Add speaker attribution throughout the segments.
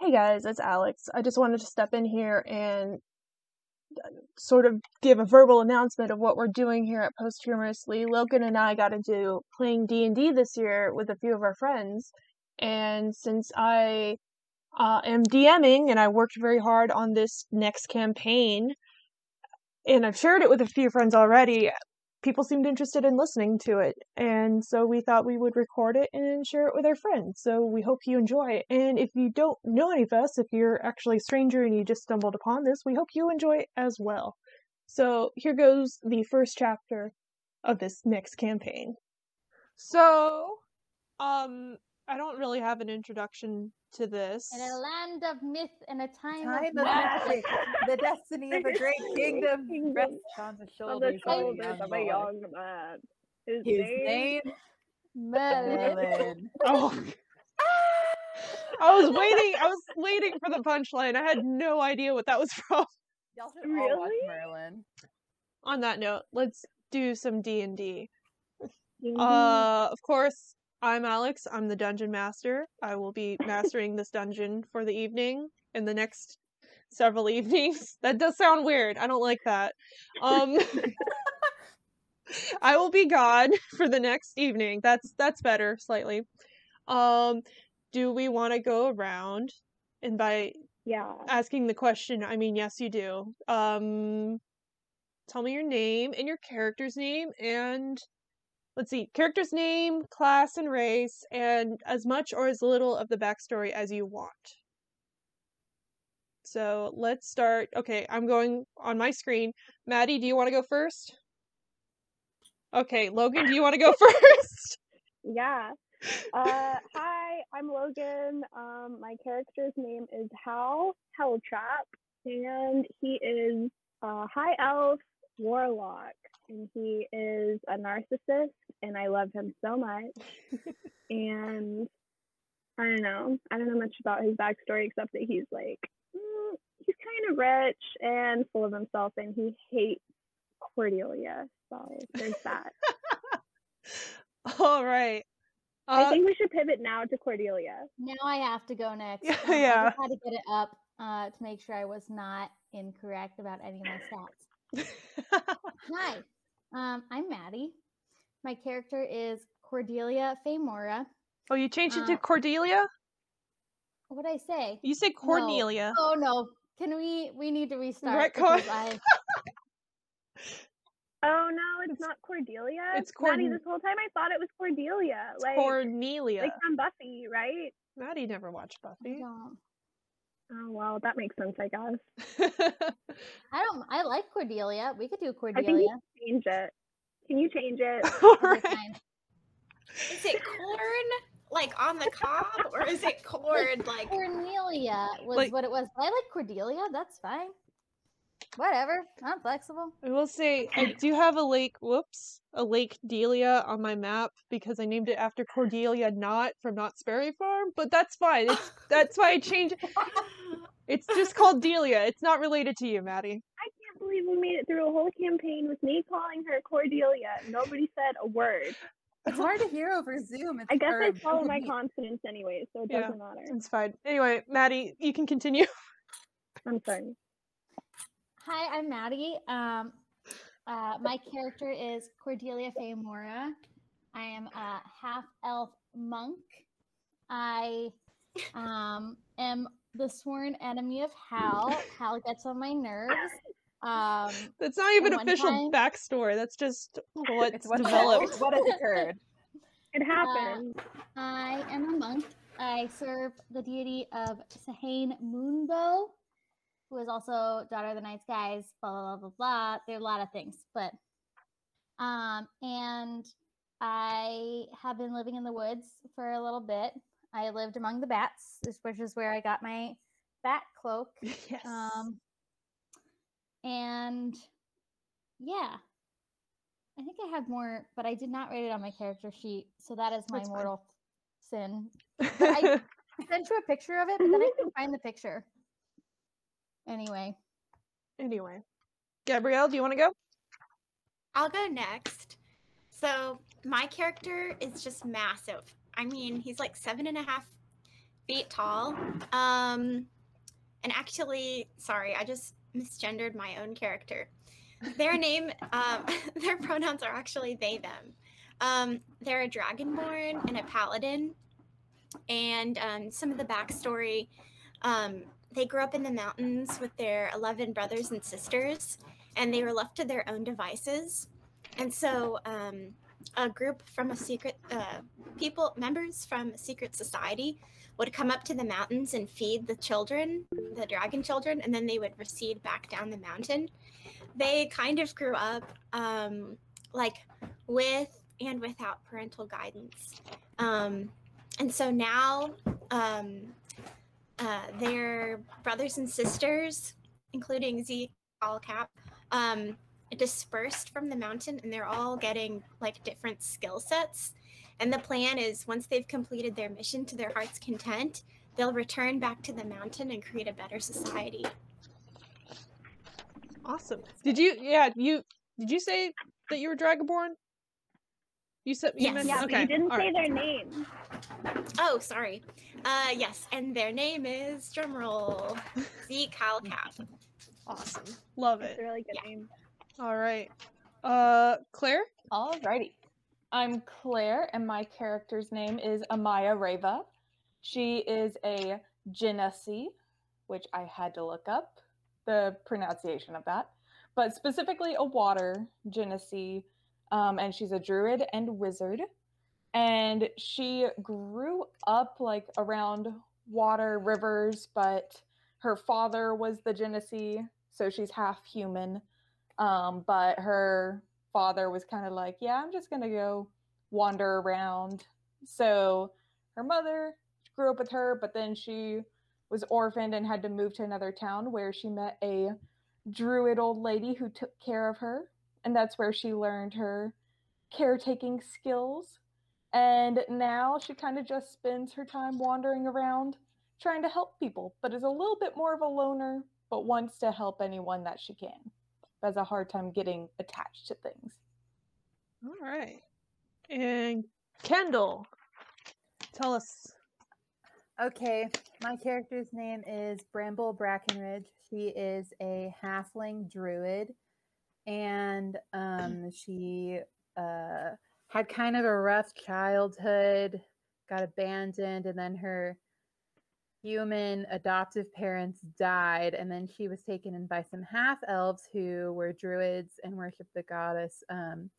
Speaker 1: Hey guys, it's Alex. I just wanted to step in here and uh, sort of give a verbal announcement of what we're doing here at Posthumously. Logan and I got into playing D&D this year with a few of our friends, and since I uh, am DMing and I worked very hard on this next campaign, and I've shared it with a few friends already, people seemed interested in listening to it. And so we thought we would record it and share it with our friends. So we hope you enjoy it. And if you don't know any of us, if you're actually a stranger and you just stumbled upon this, we hope you enjoy it as well. So here goes the first chapter of this next campaign. So, um, I don't really have an introduction to this.
Speaker 2: In a land of myth and a time,
Speaker 3: Time of
Speaker 2: of magic.
Speaker 3: magic, the destiny of a great kingdom rests on the
Speaker 4: on the
Speaker 3: shoulders of a
Speaker 4: shoulders
Speaker 3: young
Speaker 4: of a
Speaker 3: boy.
Speaker 4: young man. His,
Speaker 3: His
Speaker 4: name
Speaker 3: name
Speaker 2: Merlin.
Speaker 3: Merlin.
Speaker 1: Oh. I was waiting. I was waiting for the punchline. I had no idea what that was from.
Speaker 3: Y'all should all watch
Speaker 4: Really?
Speaker 3: Merlin.
Speaker 1: On that note, let's do some D and D.
Speaker 4: Mhm.
Speaker 1: Uh, of course, I'm Alex. I'm the dungeon master. I will be mastering this dungeon for the evening and the next several evenings. That does sound weird. I don't like that. Um, I will be God for the next evening. That's that's better slightly. Um, do we want to go around? And by
Speaker 4: yeah.
Speaker 1: asking the question, I mean yes, you do. Um, tell me your name and your character's name, and let's see, character's name, class, and race, and as much or as little of the backstory as you want. So let's start. Okay, I'm going on my screen. Maddie, do you want to go first? Okay, Logan, do you want to go first?
Speaker 4: Yeah. Uh, hi, I'm Logan. Um, my character's name is Hal Helltrap, and he is a high elf warlock, and he is a narcissist, and I love him so much. and I don't know. I don't know much about his backstory except that he's like, mm, he's kind of rich and full of himself, and he hates Cordelia. So there's that.
Speaker 1: All right.
Speaker 4: I
Speaker 1: Uh,
Speaker 4: think we should pivot now to Cordelia.
Speaker 2: Now I have to go next.
Speaker 1: Yeah,
Speaker 2: Um, I
Speaker 1: yeah.
Speaker 2: just had to get it up uh, to make sure I was not incorrect about any of my stats. Hi, um, I'm Maddie. My character is Cordelia Famora.
Speaker 1: oh, you changed it to
Speaker 2: Uh,
Speaker 1: Cordelia?
Speaker 2: What would I say?
Speaker 1: You said Cornelia.
Speaker 2: Oh no! Can we? We need to restart. because
Speaker 1: Retcon.
Speaker 2: I,
Speaker 4: Oh no, it's, not Cordelia.
Speaker 1: it's
Speaker 4: Maddie,
Speaker 1: Cord-
Speaker 4: this whole time I thought it was Cordelia, like
Speaker 1: Cornelia.
Speaker 4: like from Buffy, right?
Speaker 1: Maddie never watched
Speaker 2: I
Speaker 1: Buffy.
Speaker 2: don't.
Speaker 4: Oh well, that makes sense, I guess.
Speaker 2: I don't. I like Cordelia. We could do
Speaker 4: I think
Speaker 2: Cordelia.
Speaker 4: you can change it. Can you change it?
Speaker 1: All
Speaker 2: Okay,
Speaker 1: right.
Speaker 2: fine.
Speaker 5: Is it corn like on the cob or is it corn like
Speaker 2: Cornelia was
Speaker 1: Like-
Speaker 2: what it was. I like Cordelia. That's fine. Whatever. I'm flexible.
Speaker 1: I will say I do have a lake. Whoops, a Lake Delia on my map because I named it after Cordelia Knott from Knott's Berry Farm. But that's fine. It's that's why I changed. it. It's just called Delia. It's not related to you, Maddie.
Speaker 4: I can't believe we made it through a whole campaign with me calling her Cordelia. Nobody said a word.
Speaker 3: It's hard to hear over Zoom. It's
Speaker 4: I guess
Speaker 3: or
Speaker 4: I follow my
Speaker 3: Google Meet.
Speaker 4: confidence anyway, so it
Speaker 1: Yeah.
Speaker 4: doesn't matter.
Speaker 1: It's fine. Anyway, Maddie, you can continue.
Speaker 4: I'm sorry.
Speaker 2: Hi, I'm Maddie. Um, uh, my character is Cordelia Faye Mora. I am a half elf monk. I um, am the sworn enemy of Hal. Hal gets on my nerves. Um,
Speaker 1: That's not even
Speaker 2: one
Speaker 1: official
Speaker 2: time-
Speaker 1: backstory. That's just what's
Speaker 3: It's what
Speaker 1: developed.
Speaker 3: developed. What has occurred?
Speaker 4: It happened.
Speaker 2: I am a monk. I serve the deity of Sahane Moonbow, who is also daughter of the night skies, blah, blah, blah, blah, blah. There are a lot of things, but. Um, and I have been living in the woods for a little bit. I lived among the bats, this- which is where I got my bat cloak.
Speaker 1: Yes.
Speaker 2: Um, and yeah, I think I had more, but I did not write it on my character sheet. So that is my
Speaker 1: That's fine.
Speaker 2: mortal sin. I- I sent you a picture of it, but then I couldn't find the picture. Anyway,
Speaker 1: anyway, Gabrielle, do you want to go?
Speaker 5: I'll go next. So my character is just massive. I mean, he's like seven and a half feet tall. Um, and actually, sorry, I just misgendered my own character. Their name, um, their pronouns are actually they, them. Um, they're a dragonborn and a paladin. And um, some of the backstory um, they grew up in the mountains with their 11 brothers and sisters, and they were left to their own devices. And so, um, a group from a secret uh, people members from a secret society would come up to the mountains and feed the children, the dragon children, and then they would recede back down the mountain. They kind of grew up um, like with and without parental guidance. Um, and so now um, uh, their brothers and sisters, including Zeke Allcap, um, dispersed from the mountain and they're all getting like different skill sets. And the plan is once they've completed their mission to their heart's content, they'll return back to the mountain and create a better society.
Speaker 1: Awesome. Did you? Yeah, you. Did you say that you were dragonborn? You said you
Speaker 5: Yes.
Speaker 1: meant-
Speaker 4: Yeah, but
Speaker 1: okay.
Speaker 4: you didn't
Speaker 1: all
Speaker 4: say
Speaker 1: right.
Speaker 4: their name.
Speaker 5: Oh, sorry. Uh, yes, and their name is drumroll Zeke Allcap.
Speaker 1: Awesome. Love
Speaker 4: It's
Speaker 1: it.
Speaker 4: a really good
Speaker 5: Yeah.
Speaker 4: name.
Speaker 1: All right. Uh, Claire.
Speaker 6: Alrighty. I'm Claire, and my character's name is Amaya Reva. She is a Genesee, which I had to look up the pronunciation of that, but specifically a water Genesee, um, and she's a druid and wizard. And she grew up like around water, rivers, but her father was the Genesee, so she's half human. Um, but her father was kind of like, yeah, I'm just going to go wander around. So her mother grew up with her, but then she was orphaned and had to move to another town where she met a druid old lady who took care of her. And that's where she learned her caretaking skills. And now she kind of just spends her time wandering around trying to help people, but is a little bit more of a loner, but wants to help anyone that she can has a hard time getting attached to things.
Speaker 1: All right. And Kendall. Tell us.
Speaker 3: Okay, my character's name is Bramble Brackenridge. She is a halfling druid, and um, she uh, had kind of a rough childhood, got abandoned, and then her human adoptive parents died, and then she was taken in by some half elves who were druids and worshipped the goddess um,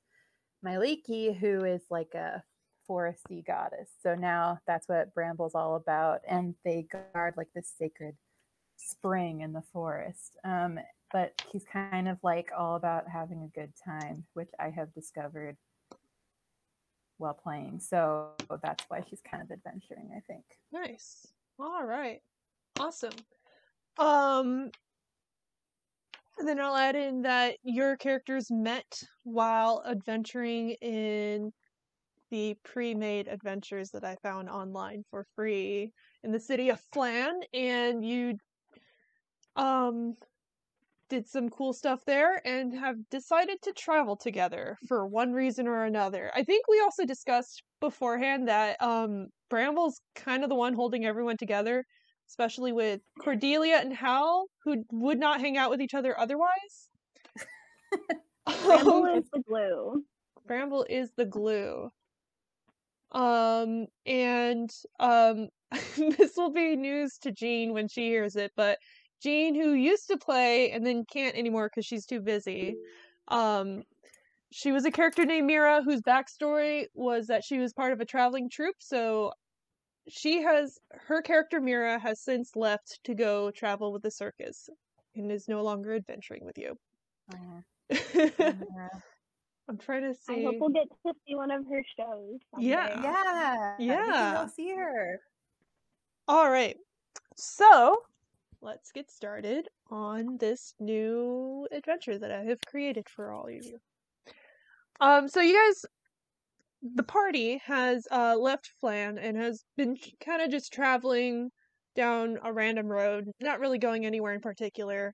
Speaker 3: Maliki, who is like a foresty goddess. So now that's what Bramble's all about, and they guard like this sacred spring in the forest. Um, but he's kind of like all about having a good time, which I have discovered while playing. So that's why she's kind of adventuring, I think.
Speaker 1: Nice. All right. Awesome. Um and then I'll add in that your characters met while adventuring in the pre-made adventures that I found online for free in the city of Flan and you um did some cool stuff there and have decided to travel together for one reason or another. I think we also discussed beforehand that um Bramble's kind of the one holding everyone together, especially with Cordelia and Hal, who would not hang out with each other otherwise.
Speaker 4: Bramble
Speaker 1: Um,
Speaker 4: is the glue.
Speaker 1: Bramble is the glue. Um, and um, this will be news to Jean when she hears it, but Jean, who used to play and then can't anymore because she's too busy, um, she was a character named Mira whose backstory was that she was part of a traveling troupe, so she has her character Mira has since left to go travel with the circus and is no longer adventuring with you. Mm-hmm. I'm trying to see.
Speaker 4: I hope we'll get to see one of her shows.
Speaker 1: Yeah.
Speaker 4: someday.
Speaker 3: Yeah. we can
Speaker 1: Yeah.
Speaker 3: Go see her.
Speaker 1: All right. So, let's get started on this new adventure that I have created for all of you. Um so you guys the party has uh left Flan and has been kind of just traveling down a random road, not really going anywhere in particular,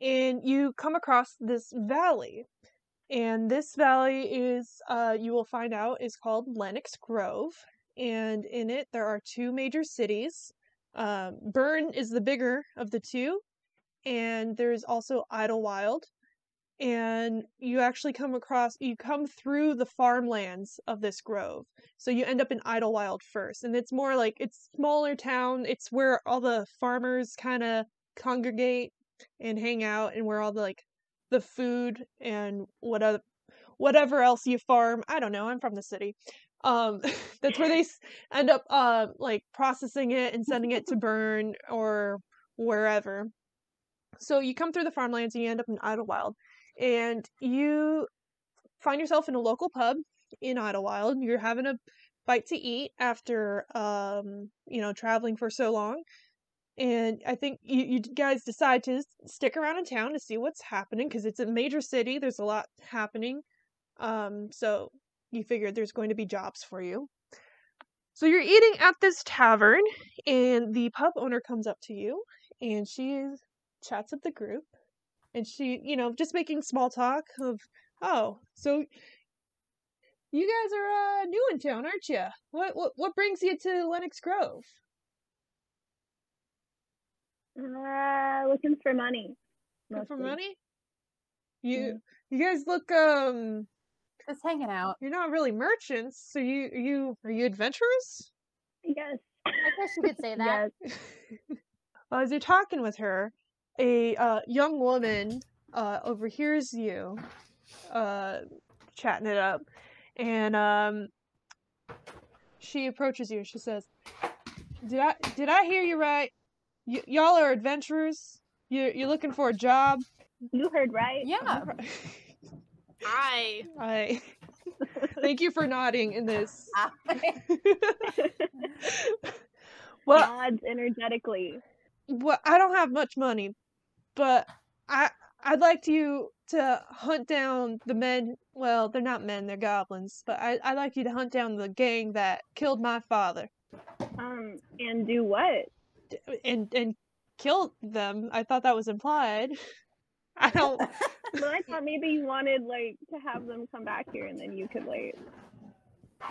Speaker 1: and you come across this valley. And this valley is uh you will find out is called Lennox Grove, and in it there are two major cities Um, Burn is the bigger of the two, and there's also Idlewild. And you actually come across, you come through the farmlands of this grove. So you end up in Idlewild first. And it's more like, it's smaller town. It's where all the farmers kind of congregate and hang out and where all the like the food and whatever whatever else you farm i don't know i'm from the city um that's where they s- end up uh like processing it and sending it to burn or wherever so you come through the farmlands and you end up in idlewild and you find yourself in a local pub in idlewild you're having a bite to eat after um you know traveling for so long and I think you, you guys decide to s- stick around in town to see what's happening because it's a major city. There's a lot happening, um, so you figured there's going to be jobs for you. So you're eating at this tavern, and the pub owner comes up to you, and she chats up the group, and she, you know, just making small talk of, oh, so you guys are uh, new in town, aren't you? What what what brings you to Lenox Grove?
Speaker 4: Uh, looking for money.
Speaker 1: Good for
Speaker 4: mostly.
Speaker 1: money? You you guys look um
Speaker 3: Just hanging out.
Speaker 1: you're not really merchants, so you you are you adventurers?
Speaker 4: Yes.
Speaker 2: I guess you could say that.
Speaker 4: Yes.
Speaker 1: Well, as you're talking with her, a uh, young woman uh, overhears you uh, chatting it up, and um, she approaches you and she says, "Did I did I hear you right? Y- y'all are adventurers. You you're looking for a job."
Speaker 4: You heard right.
Speaker 3: Yeah.
Speaker 5: I
Speaker 1: I thank you for nodding in this. well,
Speaker 4: Nods energetically.
Speaker 1: well, I don't have much money, but I I'd like you to hunt down the men. Well, they're not men; they're goblins. But I I'd like you to hunt down the gang that killed my father
Speaker 4: Um, and do what?
Speaker 1: and and killed them. I thought that was implied. I don't.
Speaker 4: But I thought maybe you wanted like to have them come back here, and then you could like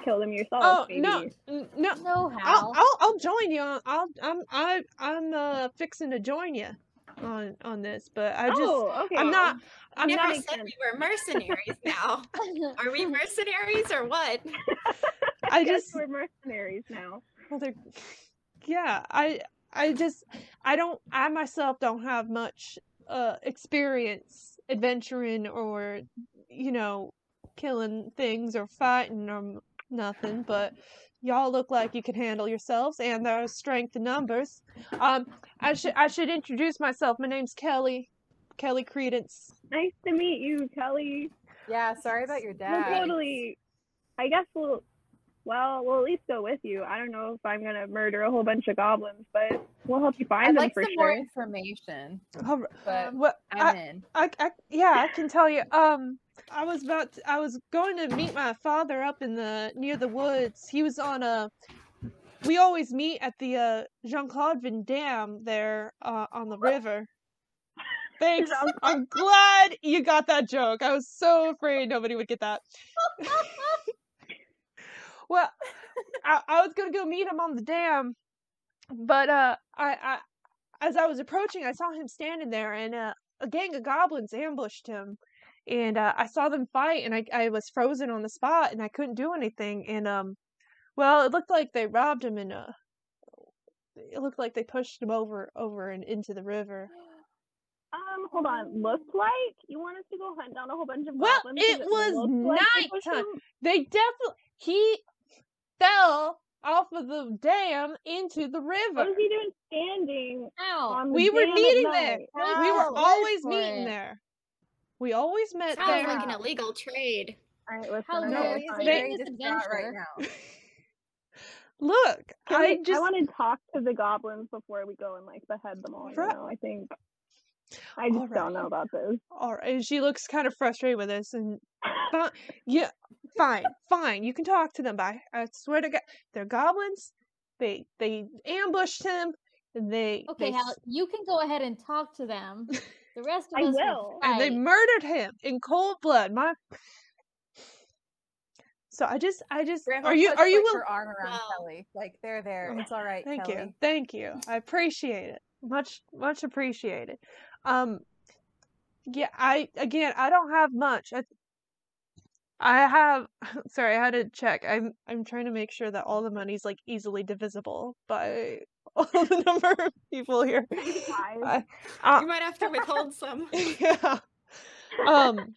Speaker 4: kill them yourself.
Speaker 1: Oh
Speaker 4: maybe.
Speaker 1: no, n- no.
Speaker 2: No
Speaker 1: I'll,
Speaker 2: how.
Speaker 1: I'll I'll join you. on- I'll I'm I I'm uh fixing to join you on on this, but I just
Speaker 4: oh, okay.
Speaker 1: I'm not I'm
Speaker 5: never
Speaker 1: not
Speaker 5: said we were mercenaries now.
Speaker 2: oh.
Speaker 5: Are we mercenaries or what?
Speaker 1: I
Speaker 4: guess
Speaker 1: just
Speaker 4: we're mercenaries now.
Speaker 1: well, they're- yeah I I just I don't I myself don't have much uh experience adventuring or you know killing things or fighting or m- nothing, but y'all look like you can handle yourselves and there's strength in numbers. Um, I should I should introduce myself. My name's Kelly. Kelly Credence.
Speaker 4: Nice to meet you, Kelly.
Speaker 3: Yeah. Sorry about your
Speaker 4: We'll
Speaker 3: dad.
Speaker 4: totally. I guess we'll. Well, we'll at least go with you. I don't know if I'm gonna murder a whole bunch of goblins, but we'll help you find
Speaker 3: I'd
Speaker 4: them
Speaker 3: like
Speaker 4: for
Speaker 3: some
Speaker 4: sure. Um,
Speaker 3: more information,
Speaker 1: Oh,
Speaker 3: but
Speaker 1: what
Speaker 3: Um, I'm
Speaker 1: I,
Speaker 3: in.
Speaker 1: I, I, yeah, I can tell you. Um, I was about to, I was going to meet my father up in the near the woods. He was on a. We always meet at the uh, Jean Claude Van Damme there uh, on the river. Thanks. I'm glad you got that joke. I was so afraid nobody would get that. well, I, I was gonna go meet him on the dam, but uh, I, I as I was approaching, I saw him standing there, and uh, a gang of goblins ambushed him. And uh, I saw them fight, and I, I was frozen on the spot, and I couldn't do anything. And um, well, it looked like they robbed him, and uh, it looked like they pushed him over, over and into the river.
Speaker 4: Um, hold on. Looked like you want us to go hunt down a whole bunch of
Speaker 1: Well,
Speaker 4: goblins?
Speaker 1: it
Speaker 4: 'cause
Speaker 1: was
Speaker 4: looked like they pushed
Speaker 1: nighttime.
Speaker 4: them?
Speaker 1: They definitely he fell off of the dam into the
Speaker 4: What
Speaker 1: river.
Speaker 4: was Oh, he doing standing
Speaker 2: Ow.
Speaker 4: on the
Speaker 1: Oh, We were
Speaker 4: dam at
Speaker 1: meeting there.
Speaker 4: night?
Speaker 1: We were
Speaker 2: Wow.
Speaker 1: always
Speaker 2: for
Speaker 1: meeting
Speaker 2: it.
Speaker 1: there. We always met
Speaker 5: Sounds
Speaker 1: there.
Speaker 5: like an illegal trade.
Speaker 4: All right, listen.
Speaker 2: How
Speaker 4: I'm
Speaker 1: No,
Speaker 4: gonna
Speaker 2: dare
Speaker 1: it's
Speaker 2: you
Speaker 4: find
Speaker 1: they-
Speaker 2: take
Speaker 3: Very
Speaker 2: this
Speaker 3: distraught right
Speaker 2: adventure?
Speaker 3: now.
Speaker 1: Look,
Speaker 4: Can
Speaker 1: I
Speaker 4: we-
Speaker 1: just
Speaker 4: I want to talk to the goblins before we go and like behead them all. You
Speaker 1: Fro-
Speaker 4: know, I think I just
Speaker 1: Alright.
Speaker 4: don't know about this.
Speaker 1: all right. And she looks kind of frustrated with this, and but yeah, fine, fine. You can talk to them, but I, I swear to God, they're goblins. They they ambushed him, and they they,
Speaker 2: Okay, Hal,
Speaker 1: s-
Speaker 2: you can go ahead and talk to them. The rest of
Speaker 4: I
Speaker 2: us
Speaker 4: will.
Speaker 2: Will
Speaker 1: and they
Speaker 2: fight.
Speaker 1: murdered him in cold blood. My So I just, I just,
Speaker 3: Grandma
Speaker 1: are you,
Speaker 3: puts,
Speaker 1: are you,
Speaker 3: like,
Speaker 1: will-
Speaker 3: her arm around
Speaker 5: Wow.
Speaker 3: Kelly? Like they're there. It's all right.
Speaker 1: Thank
Speaker 3: Kelly.
Speaker 1: you. Thank you. I appreciate it. Much much appreciated. Um yeah, I again, I don't have much. I I have sorry, I had to check. I'm I'm trying to make sure that all the money's like easily divisible by all the number of people here.
Speaker 4: Five.
Speaker 1: I, I,
Speaker 5: You might have to withhold some.
Speaker 1: yeah. Um,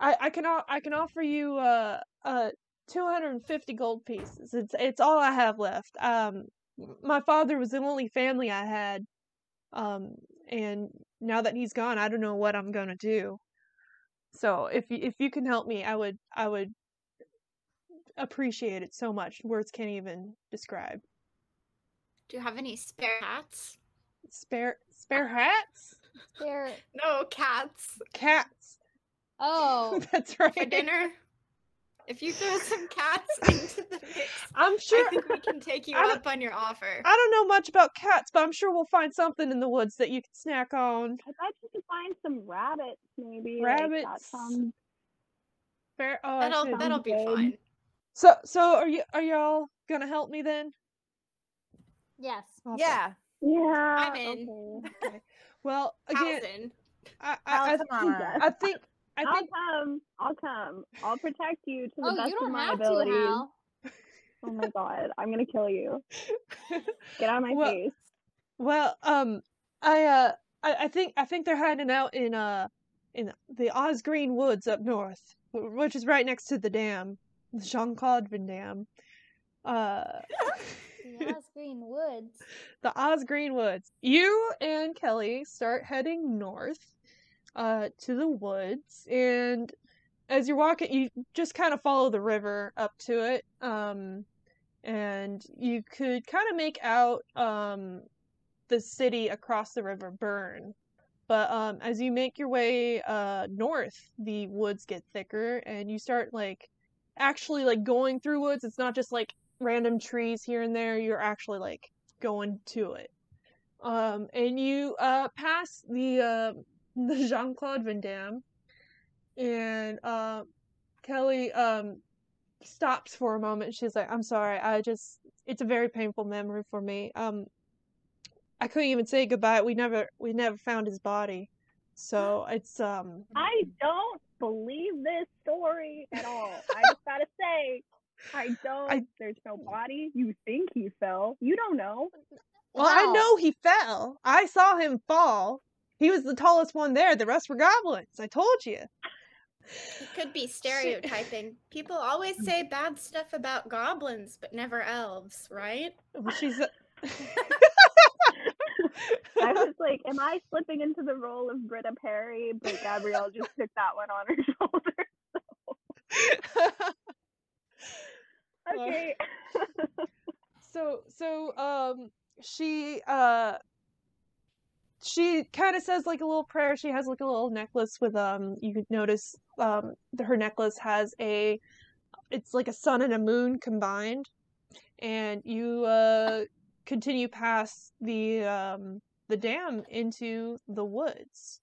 Speaker 1: I I can o- I can offer you uh uh 250 gold pieces. It's it's all I have left. Um, my father was the only family I had. Um, and now that he's gone, I don't know what I'm gonna do. So if you, if you can help me, I would I would appreciate it so much. Words can't even describe.
Speaker 5: Do you have any spare hats?
Speaker 1: Spare spare hats,
Speaker 2: They're
Speaker 5: No, cats
Speaker 1: cats.
Speaker 2: oh
Speaker 1: That's right.
Speaker 5: for dinner. If you throw some cats into the mix,
Speaker 1: I'm sure
Speaker 5: I think we can take you
Speaker 1: I don't-
Speaker 5: up on your offer.
Speaker 1: I don't know much about cats, but I'm sure we'll find something in the woods that you can snack on.
Speaker 4: I bet you could find some rabbits, maybe. like, that
Speaker 1: Rabbits.
Speaker 4: sounds-
Speaker 1: Fair. Oh, I
Speaker 5: That'll
Speaker 1: should-
Speaker 5: that'll be
Speaker 4: good.
Speaker 5: fine.
Speaker 1: So, so are you are y'all gonna help me then?
Speaker 2: yes.
Speaker 1: Awesome.
Speaker 3: Yeah.
Speaker 4: yeah.
Speaker 5: I'm in.
Speaker 4: Okay.
Speaker 1: Well, again,
Speaker 5: Thousand.
Speaker 1: I I,
Speaker 3: Cal,
Speaker 1: I,
Speaker 3: come on.
Speaker 1: I think I
Speaker 4: I'll
Speaker 1: think
Speaker 4: come. I'll come. I'll protect you to the
Speaker 2: Oh,
Speaker 4: best
Speaker 2: you
Speaker 4: of
Speaker 2: don't
Speaker 4: my
Speaker 2: have to,
Speaker 4: ability.
Speaker 2: Hal.
Speaker 4: Oh my god, I'm gonna kill you. Get out of my
Speaker 1: Well-
Speaker 4: face.
Speaker 1: well, um, I uh, I, I think I think they're hiding out in uh, in the Osgreen Woods up north, wh- which is right next to the dam, the Jean Claude Van Dam. Uh,
Speaker 2: The Green Woods.
Speaker 1: the Oz Greenwoods. You and Kelly start heading north uh, to the woods, and as you're walking, you just kind of follow the river up to it, um, and you could kind of make out um, the city across the river, Burn. But um, as you make your way uh, north, the woods get thicker, and you start like actually like going through woods. It's not just like random trees here and there. You're actually like going to it. Um, and you uh, pass the uh, the Jean Claude Van Damme, and uh, Kelly um, stops for a moment. She's like, "I'm sorry. I just it's a very painful memory for me. Um, I couldn't even say goodbye. We never we never found his body, so it's um
Speaker 4: I don't believe this story at all. I just gotta say, I don't.
Speaker 1: I-
Speaker 4: there's no body. You think he fell? You don't know.
Speaker 1: well I
Speaker 2: Wow.
Speaker 1: know he fell. I saw him fall. He was the tallest one there. The rest were goblins. I told you."
Speaker 5: It could be stereotyping. People
Speaker 1: Mm.
Speaker 5: always say bad stuff about goblins, but never elves, right?
Speaker 1: Well, She's. a-
Speaker 4: I was like, am I slipping into the role of Britta Perry? But Gabrielle just took that one on her shoulder.
Speaker 1: Oh.
Speaker 4: Okay.
Speaker 1: so so um she uh she kind of says like a little prayer. She has like a little necklace with um you could notice um th- her necklace has a it's like a sun and a moon combined and you uh continue past the um the dam into the woods.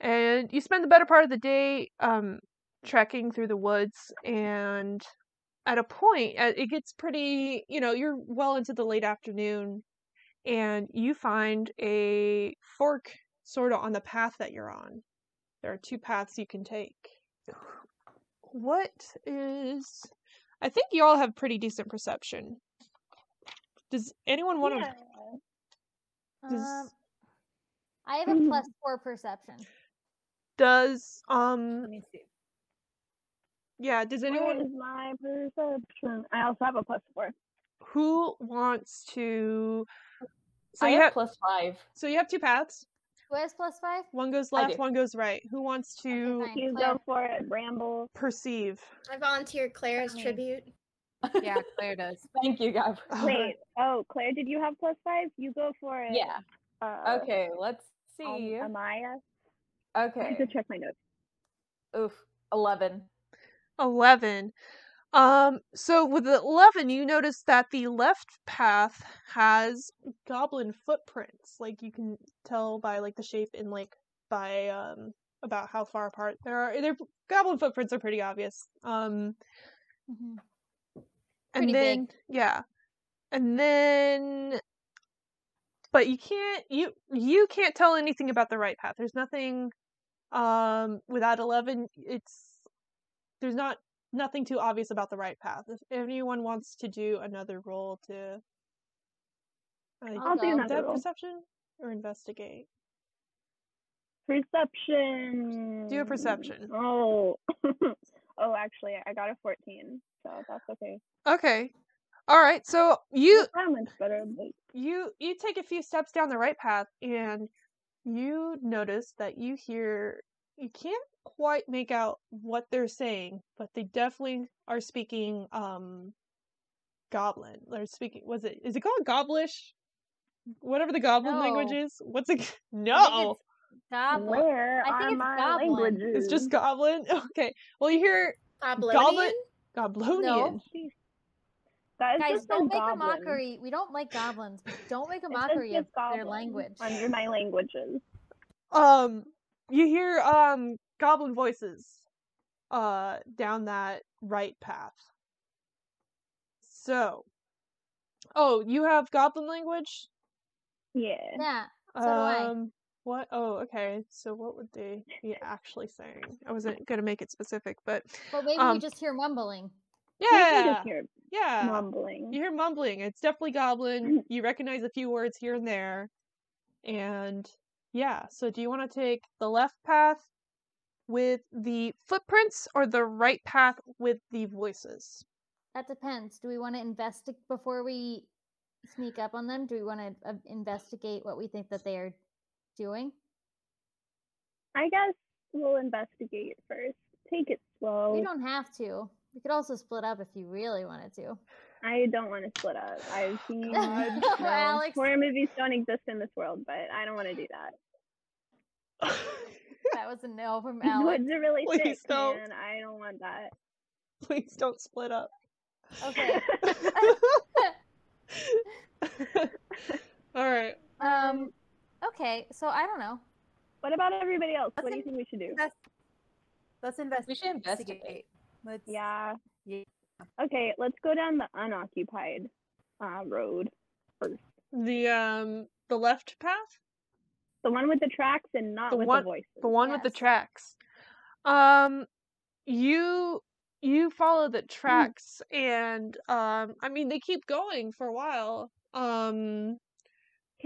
Speaker 1: And you spend the better part of the day um trekking through the woods and at a point uh, it gets pretty you know you're well into the late afternoon and you find a fork sort of on the path that you're on there are two paths you can take what is i think you all have pretty decent perception does anyone want
Speaker 4: yeah.
Speaker 1: to Does-
Speaker 2: Um, I have a plus four perception.
Speaker 1: does um
Speaker 3: Let me see.
Speaker 1: yeah does
Speaker 4: What
Speaker 1: anyone
Speaker 4: is my perception? I also have a plus four.
Speaker 1: who wants to so
Speaker 6: I
Speaker 1: you
Speaker 6: have
Speaker 1: have
Speaker 6: plus five.
Speaker 1: so you have two paths
Speaker 2: Who has plus five?
Speaker 1: one goes
Speaker 6: I
Speaker 1: left
Speaker 6: do.
Speaker 1: one goes right who wants to
Speaker 2: fine.
Speaker 4: You
Speaker 2: Claire.
Speaker 4: go for it, Ramble.
Speaker 1: perceive
Speaker 5: I volunteer Claire's
Speaker 3: Funny.
Speaker 5: tribute.
Speaker 3: Yeah, Claire does.
Speaker 6: Thank you, Gab.
Speaker 4: Wait. Oh, Claire, did you have plus five? You go for it.
Speaker 6: Yeah.
Speaker 4: Uh,
Speaker 6: Okay, let's
Speaker 4: Um,
Speaker 6: see.
Speaker 4: Amaya. I have
Speaker 6: Okay.
Speaker 4: to check my notes.
Speaker 6: Oof. Eleven.
Speaker 1: 11 um so with the 11 you notice that the left path has goblin footprints like you can tell by like the shape and like by um about how far apart there are their goblin footprints are pretty obvious um
Speaker 2: Mhm.
Speaker 1: and
Speaker 2: Pretty
Speaker 1: then
Speaker 2: big.
Speaker 1: yeah and then but you can't you you can't tell anything about the right path there's nothing um without 11 it's there's not nothing too obvious about the right path if anyone wants to do another roll to like,
Speaker 2: I'll
Speaker 4: I'll do
Speaker 2: go.
Speaker 4: another
Speaker 1: that
Speaker 4: roll.
Speaker 1: perception or investigate
Speaker 4: Perception.
Speaker 1: Do a perception.
Speaker 4: Oh. oh, actually, I got a 14, so that's okay.
Speaker 1: okay all right so you
Speaker 4: That's How much better? Like,
Speaker 1: you you take a few steps down the right path and you notice that you hear you can't quite make out what they're saying but they definitely are speaking um goblin they're speaking was it is it called goblish whatever the goblin language
Speaker 2: No.
Speaker 1: is what's it
Speaker 2: I think
Speaker 1: no
Speaker 2: it's Goblin.
Speaker 4: Where
Speaker 2: I think
Speaker 4: are
Speaker 2: it's
Speaker 4: my
Speaker 2: goblin.
Speaker 4: languages?
Speaker 1: it's just goblin okay well you hear
Speaker 5: Goblin.
Speaker 1: goblonian
Speaker 4: That is
Speaker 2: Guys,
Speaker 4: just
Speaker 2: don't make
Speaker 4: a
Speaker 2: a
Speaker 4: goblin.
Speaker 2: mockery. We don't like goblins. but Don't make a
Speaker 4: It says
Speaker 2: mockery of
Speaker 4: just
Speaker 2: their
Speaker 4: goblin
Speaker 2: language.
Speaker 4: Under my languages.
Speaker 1: um you hear um goblin voices uh down that right path so oh you have goblin language
Speaker 4: Yeah.
Speaker 2: Yeah. So do I.
Speaker 1: what oh okay so what would they be actually saying i wasn't gonna make it specific but
Speaker 2: But maybe
Speaker 1: Um,
Speaker 2: we just hear mumbling.
Speaker 4: You can
Speaker 1: yeah
Speaker 4: just hear
Speaker 1: yeah
Speaker 4: mumbling.
Speaker 1: you hear mumbling it's definitely goblin you recognize a few words here and there and yeah so do you want to take the left path with the footprints or the right path with the voices
Speaker 2: That depends. Do we want to investigate before we sneak up on them? Do we want to uh, investigate what we think that they are doing?
Speaker 4: I guess we'll investigate first. Take it
Speaker 2: We
Speaker 4: slow.
Speaker 2: don't have to. We could also split up if you really wanted to.
Speaker 4: I don't want to split up. I've seen
Speaker 1: God, no.
Speaker 2: Alex,
Speaker 4: horror movies don't exist in this world, but I don't want to do that.
Speaker 2: that was a no from Alex.
Speaker 4: Woods are really
Speaker 1: Please
Speaker 4: sick,
Speaker 1: don't.
Speaker 4: man. I don't want that.
Speaker 1: please don't split up
Speaker 2: Okay.
Speaker 1: all right
Speaker 2: Um. Okay. So I don't know.
Speaker 4: what about everybody else? What do you think we should do?
Speaker 3: Let's investigate.
Speaker 6: We should investigate.
Speaker 3: Let's,
Speaker 4: Yeah.
Speaker 3: Yeah.
Speaker 4: Okay, let's go down the unoccupied uh, road.
Speaker 1: the um the left path
Speaker 4: The one with the tracks and not
Speaker 1: The
Speaker 4: with
Speaker 1: one-
Speaker 4: the voices.
Speaker 1: the one with the
Speaker 2: Yes.
Speaker 1: tracks um you you follow the tracks and um i mean they keep going for a while um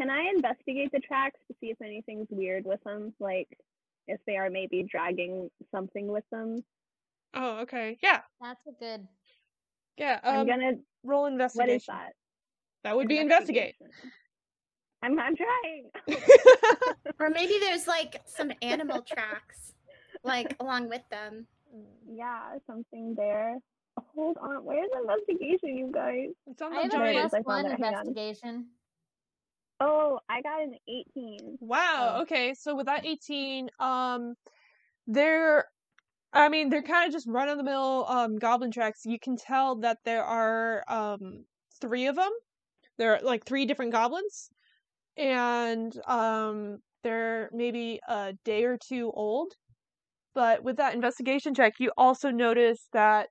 Speaker 4: Can I investigate the tracks to see if anything's weird with them? Like if they are maybe dragging something with them?
Speaker 1: oh okay yeah
Speaker 2: That's a good.
Speaker 1: yeah
Speaker 4: I'm
Speaker 1: um
Speaker 4: gonna.
Speaker 1: roll investigation
Speaker 4: What is that?
Speaker 1: that would be investigate
Speaker 4: Investigation. I'm, I'm trying.
Speaker 5: Or maybe there's like some animal tracks, like along with them.
Speaker 3: Mm.
Speaker 4: yeah, something there. Hold on. Where's investigation, you guys?
Speaker 1: it's on
Speaker 2: I
Speaker 1: the
Speaker 2: have
Speaker 4: There it
Speaker 2: a
Speaker 1: giant
Speaker 4: is, I
Speaker 2: plus
Speaker 4: found
Speaker 2: one
Speaker 4: it, hang on.
Speaker 2: investigation.
Speaker 4: Oh, I got an 18.
Speaker 1: Wow.
Speaker 2: Oh.
Speaker 1: Okay. So with that 18, um, they're, I mean, they're kind of just run of the mill um goblin tracks. You can tell that there are um three of them. There are like three different goblins, and um, they're maybe a day or two old. But with that investigation check, you also notice that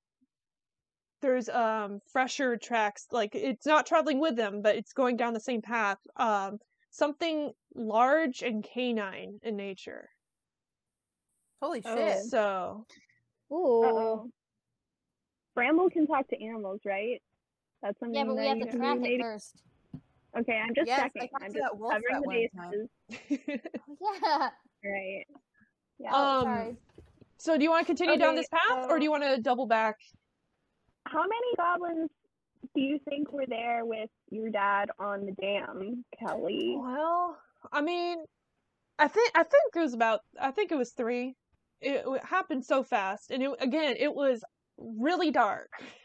Speaker 1: there's um fresher tracks. Like it's not traveling with them, but it's going down the same path. Um, something large and canine in nature.
Speaker 3: Holy
Speaker 4: Oh.
Speaker 3: shit.
Speaker 1: So
Speaker 3: Oh.
Speaker 2: Ooh.
Speaker 4: Uh-oh. Bramble can talk to animals, right? That's something
Speaker 2: Yeah, but we
Speaker 4: that
Speaker 2: have
Speaker 4: you
Speaker 2: to
Speaker 4: can
Speaker 2: track
Speaker 4: do,
Speaker 2: it
Speaker 4: maybe.
Speaker 2: first.
Speaker 4: Okay, I'm just
Speaker 3: Yes, I
Speaker 4: checking.
Speaker 3: talked
Speaker 4: I'm
Speaker 3: to
Speaker 4: just
Speaker 3: that wolf
Speaker 4: covering
Speaker 3: that
Speaker 4: the
Speaker 3: one
Speaker 4: bases.
Speaker 3: time.
Speaker 2: Yeah.
Speaker 4: Right. Yeah.
Speaker 2: Oh,
Speaker 1: Um,
Speaker 2: sorry.
Speaker 1: so do you want to continue down
Speaker 4: Okay,
Speaker 1: this path or do you want to double back?
Speaker 4: How many goblins do you think were there with your dad on the dam, Kelly?
Speaker 1: Well, I mean, I think I think it was about I think it was 3. It, it happened so fast and it, again, it was really dark.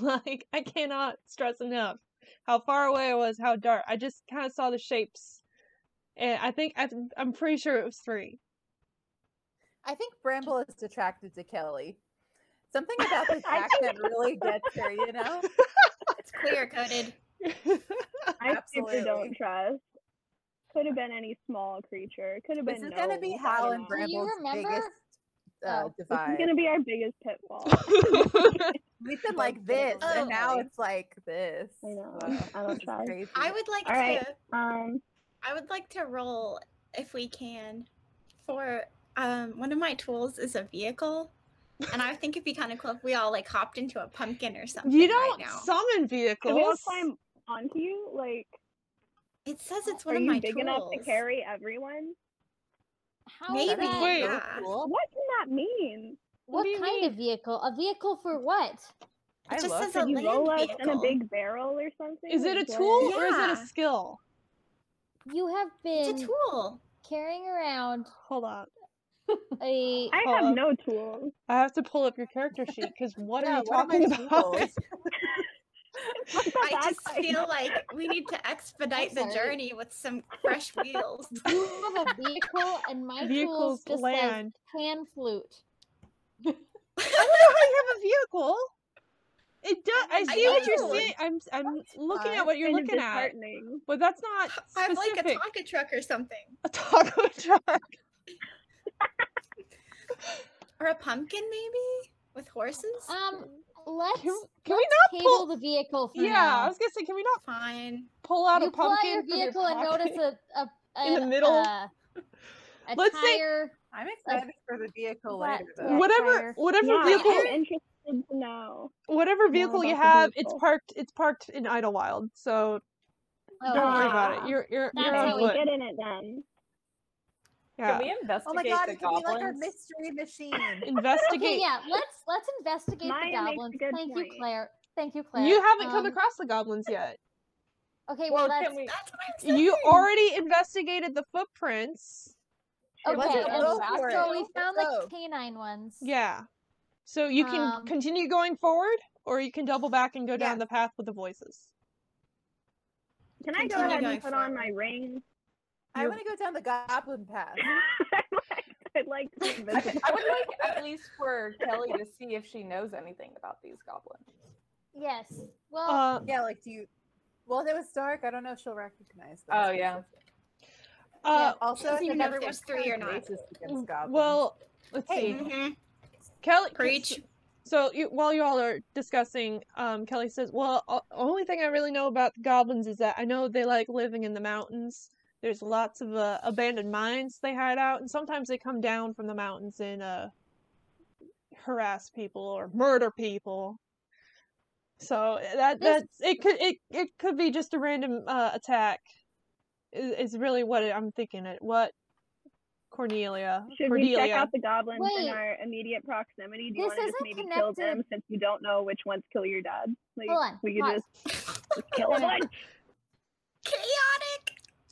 Speaker 1: Like I cannot stress enough how far away it was, how dark. I just kind of saw the shapes. And I think I, I'm pretty sure it was 3.
Speaker 3: I think Bramble is attracted to Kelly. Something about the
Speaker 4: I
Speaker 3: fact that really gets her, you know?
Speaker 5: It's clear coded.
Speaker 4: I super
Speaker 3: absolutely.
Speaker 4: don't trust. Could have been any small creature. Could have
Speaker 3: This
Speaker 4: been.
Speaker 3: is gonna
Speaker 4: no
Speaker 3: be
Speaker 4: wolf, I
Speaker 3: Hal
Speaker 4: don't
Speaker 3: and
Speaker 4: know.
Speaker 2: Do
Speaker 3: Bramble's
Speaker 2: you remember?
Speaker 3: biggest uh,
Speaker 2: Oh.
Speaker 4: It's
Speaker 3: divide.
Speaker 4: gonna be our biggest pitfall.
Speaker 3: We've been like this, and now
Speaker 5: Oh.
Speaker 3: it's like this.
Speaker 4: I know,
Speaker 3: Wow,
Speaker 4: I don't
Speaker 3: this is
Speaker 4: try.
Speaker 3: crazy.
Speaker 5: I would like
Speaker 4: All right.
Speaker 5: to
Speaker 4: Um,
Speaker 5: I would like to roll if we can for um one of my tools is a vehicle. And I think it'd be kind of cool if we all like hopped into a pumpkin or something.
Speaker 1: you don't
Speaker 5: right now.
Speaker 1: summon
Speaker 4: can we all
Speaker 1: vehicles.
Speaker 4: climb onto you? Like,
Speaker 5: It says it's one
Speaker 4: are
Speaker 5: of
Speaker 4: you
Speaker 5: my
Speaker 4: big
Speaker 5: tools.
Speaker 4: enough to carry everyone?
Speaker 2: How is
Speaker 5: Maybe.
Speaker 2: that?
Speaker 1: Wait.
Speaker 5: yeah.
Speaker 3: cool.
Speaker 4: What can that mean?
Speaker 1: What
Speaker 2: What,
Speaker 1: do you
Speaker 2: kind of vehicle? A vehicle for what?
Speaker 5: It
Speaker 3: I
Speaker 5: just
Speaker 3: love
Speaker 5: says
Speaker 3: that
Speaker 5: a
Speaker 4: You
Speaker 5: land
Speaker 4: roll us in a
Speaker 5: vehicle.
Speaker 4: big barrel or something?
Speaker 1: Is it a
Speaker 4: Like, what?
Speaker 1: tool or is it
Speaker 5: Yeah.
Speaker 1: a skill?
Speaker 2: You have
Speaker 5: It's a
Speaker 2: been
Speaker 5: tool.
Speaker 2: carrying around
Speaker 1: Hold on.
Speaker 2: a
Speaker 4: I
Speaker 1: Hold
Speaker 4: have
Speaker 5: Uh,
Speaker 1: up.
Speaker 4: no tools.
Speaker 1: I have to pull up your character sheet because what
Speaker 3: Yeah,
Speaker 1: are you
Speaker 3: what are my
Speaker 1: talking about?
Speaker 3: tools?
Speaker 4: What's the
Speaker 5: I
Speaker 4: bad
Speaker 5: just
Speaker 4: part?
Speaker 5: feel like we need to expedite the
Speaker 2: sorry.
Speaker 5: journey with some fresh wheels.
Speaker 2: you have a vehicle and my
Speaker 1: Vehicles
Speaker 2: tools just
Speaker 1: land.
Speaker 2: says pan flute.
Speaker 1: I don't know how you have a vehicle. It does. I
Speaker 5: I
Speaker 1: see what you're
Speaker 5: know.
Speaker 1: saying. I'm I'm looking
Speaker 3: fun.
Speaker 1: at what you're
Speaker 4: Kind of
Speaker 1: looking at,
Speaker 4: disheartening.
Speaker 1: but that's not
Speaker 5: I have like a
Speaker 1: specific.
Speaker 5: taco truck or something,
Speaker 1: a taco truck.
Speaker 5: or a pumpkin maybe with horses.
Speaker 4: Uh,
Speaker 2: Um, let's
Speaker 1: Can, can we
Speaker 2: let's
Speaker 1: not
Speaker 2: table
Speaker 1: pull?
Speaker 2: the vehicle for
Speaker 1: Yeah, I
Speaker 2: now.
Speaker 1: was gonna say, can we not
Speaker 5: Fine.
Speaker 1: pull out
Speaker 2: you
Speaker 1: a
Speaker 2: pull out your
Speaker 1: pumpkin from
Speaker 2: vehicle and
Speaker 1: pocket?
Speaker 2: notice a, a
Speaker 1: In the
Speaker 2: an,
Speaker 1: middle?
Speaker 2: Uh, a
Speaker 1: Let's say-
Speaker 2: tire.
Speaker 3: I'm excited for the vehicle
Speaker 2: that-
Speaker 3: later,
Speaker 2: yeah.
Speaker 3: though.
Speaker 1: whatever
Speaker 2: fire.
Speaker 1: whatever
Speaker 4: Yeah,
Speaker 1: vehicle
Speaker 4: I'm interested to know.
Speaker 1: whatever vehicle you
Speaker 4: about the
Speaker 1: have, it's
Speaker 4: vehicle.
Speaker 1: parked it's parked in Idlewild, so
Speaker 2: Oh,
Speaker 1: don't worry
Speaker 2: yeah.
Speaker 1: about
Speaker 4: Ah,
Speaker 1: it. You're you're
Speaker 2: That's
Speaker 1: you're
Speaker 2: how
Speaker 1: on
Speaker 2: we
Speaker 1: foot.
Speaker 4: Get in it then.
Speaker 1: Yeah.
Speaker 6: Can we investigate
Speaker 3: Oh my god,
Speaker 6: the
Speaker 3: it could be like our
Speaker 6: goblins?
Speaker 3: mystery machine.
Speaker 2: Okay,
Speaker 1: Investigate.
Speaker 2: yeah. Let's let's investigate
Speaker 4: Maya
Speaker 2: the
Speaker 4: makes a
Speaker 2: goblins.
Speaker 4: good
Speaker 2: Thank
Speaker 4: point.
Speaker 2: you, Claire. Thank you, Claire.
Speaker 1: You haven't come
Speaker 2: Um,
Speaker 1: across the goblins yet.
Speaker 2: Okay, well,
Speaker 6: Well,
Speaker 2: that's
Speaker 6: can we?
Speaker 5: That's what I'm saying.
Speaker 1: You already investigated the footprints.
Speaker 2: okay.
Speaker 3: Let's
Speaker 2: and
Speaker 3: go for
Speaker 2: so
Speaker 3: it.
Speaker 2: we
Speaker 3: Let's
Speaker 2: found like
Speaker 3: go.
Speaker 2: canine ones.
Speaker 1: Yeah. So you can
Speaker 2: Um,
Speaker 1: continue going forward or you can double back and go down
Speaker 3: Yes.
Speaker 1: the path with the voices.
Speaker 4: Can I go
Speaker 5: Continue
Speaker 4: ahead
Speaker 5: going
Speaker 4: and put on my ring?
Speaker 3: I
Speaker 1: You're-
Speaker 3: want to go down the goblin path.
Speaker 4: I'd like to be
Speaker 6: I,
Speaker 4: invisible.
Speaker 6: I would like at least for Kelly to see if she knows anything about these goblins.
Speaker 2: Yes. Well,
Speaker 1: Uh,
Speaker 3: Yeah, like do you? Well, if it was dark. I don't know if she'll recognize.
Speaker 6: Oh,
Speaker 3: those
Speaker 6: yeah.
Speaker 3: faces.
Speaker 1: uh,
Speaker 3: Also,
Speaker 5: Doesn't
Speaker 3: I think
Speaker 5: matter
Speaker 3: that's
Speaker 5: if it's
Speaker 3: like
Speaker 5: three
Speaker 3: kind
Speaker 5: or
Speaker 3: of
Speaker 5: not.
Speaker 3: racist against goblins.
Speaker 1: Mm, well, let's
Speaker 3: Hey.
Speaker 1: see.
Speaker 5: Mhm.
Speaker 1: Kelly
Speaker 5: Preach.
Speaker 1: So you, while you all are discussing, um, Kelly says, "Well, o- only thing I really know about the goblins is that I know they like living in the mountains. There's lots of uh, abandoned mines they hide out, and sometimes they come down from the mountains and uh, harass people or murder people. So that
Speaker 2: This-
Speaker 1: that's it could it it could be just a random uh, attack. Is, is really what I'm thinking. It what Cornelia
Speaker 4: Should we
Speaker 1: Cordelia.
Speaker 4: check out the goblins
Speaker 2: Wait.
Speaker 4: in our immediate proximity? Do you
Speaker 2: This
Speaker 4: want to just
Speaker 2: isn't
Speaker 4: maybe kill
Speaker 2: connected-
Speaker 4: them since you don't know which ones kill your dad? Like,
Speaker 2: hold on.
Speaker 4: we could
Speaker 2: pause.
Speaker 4: just kill a bunch.
Speaker 5: Chaotic.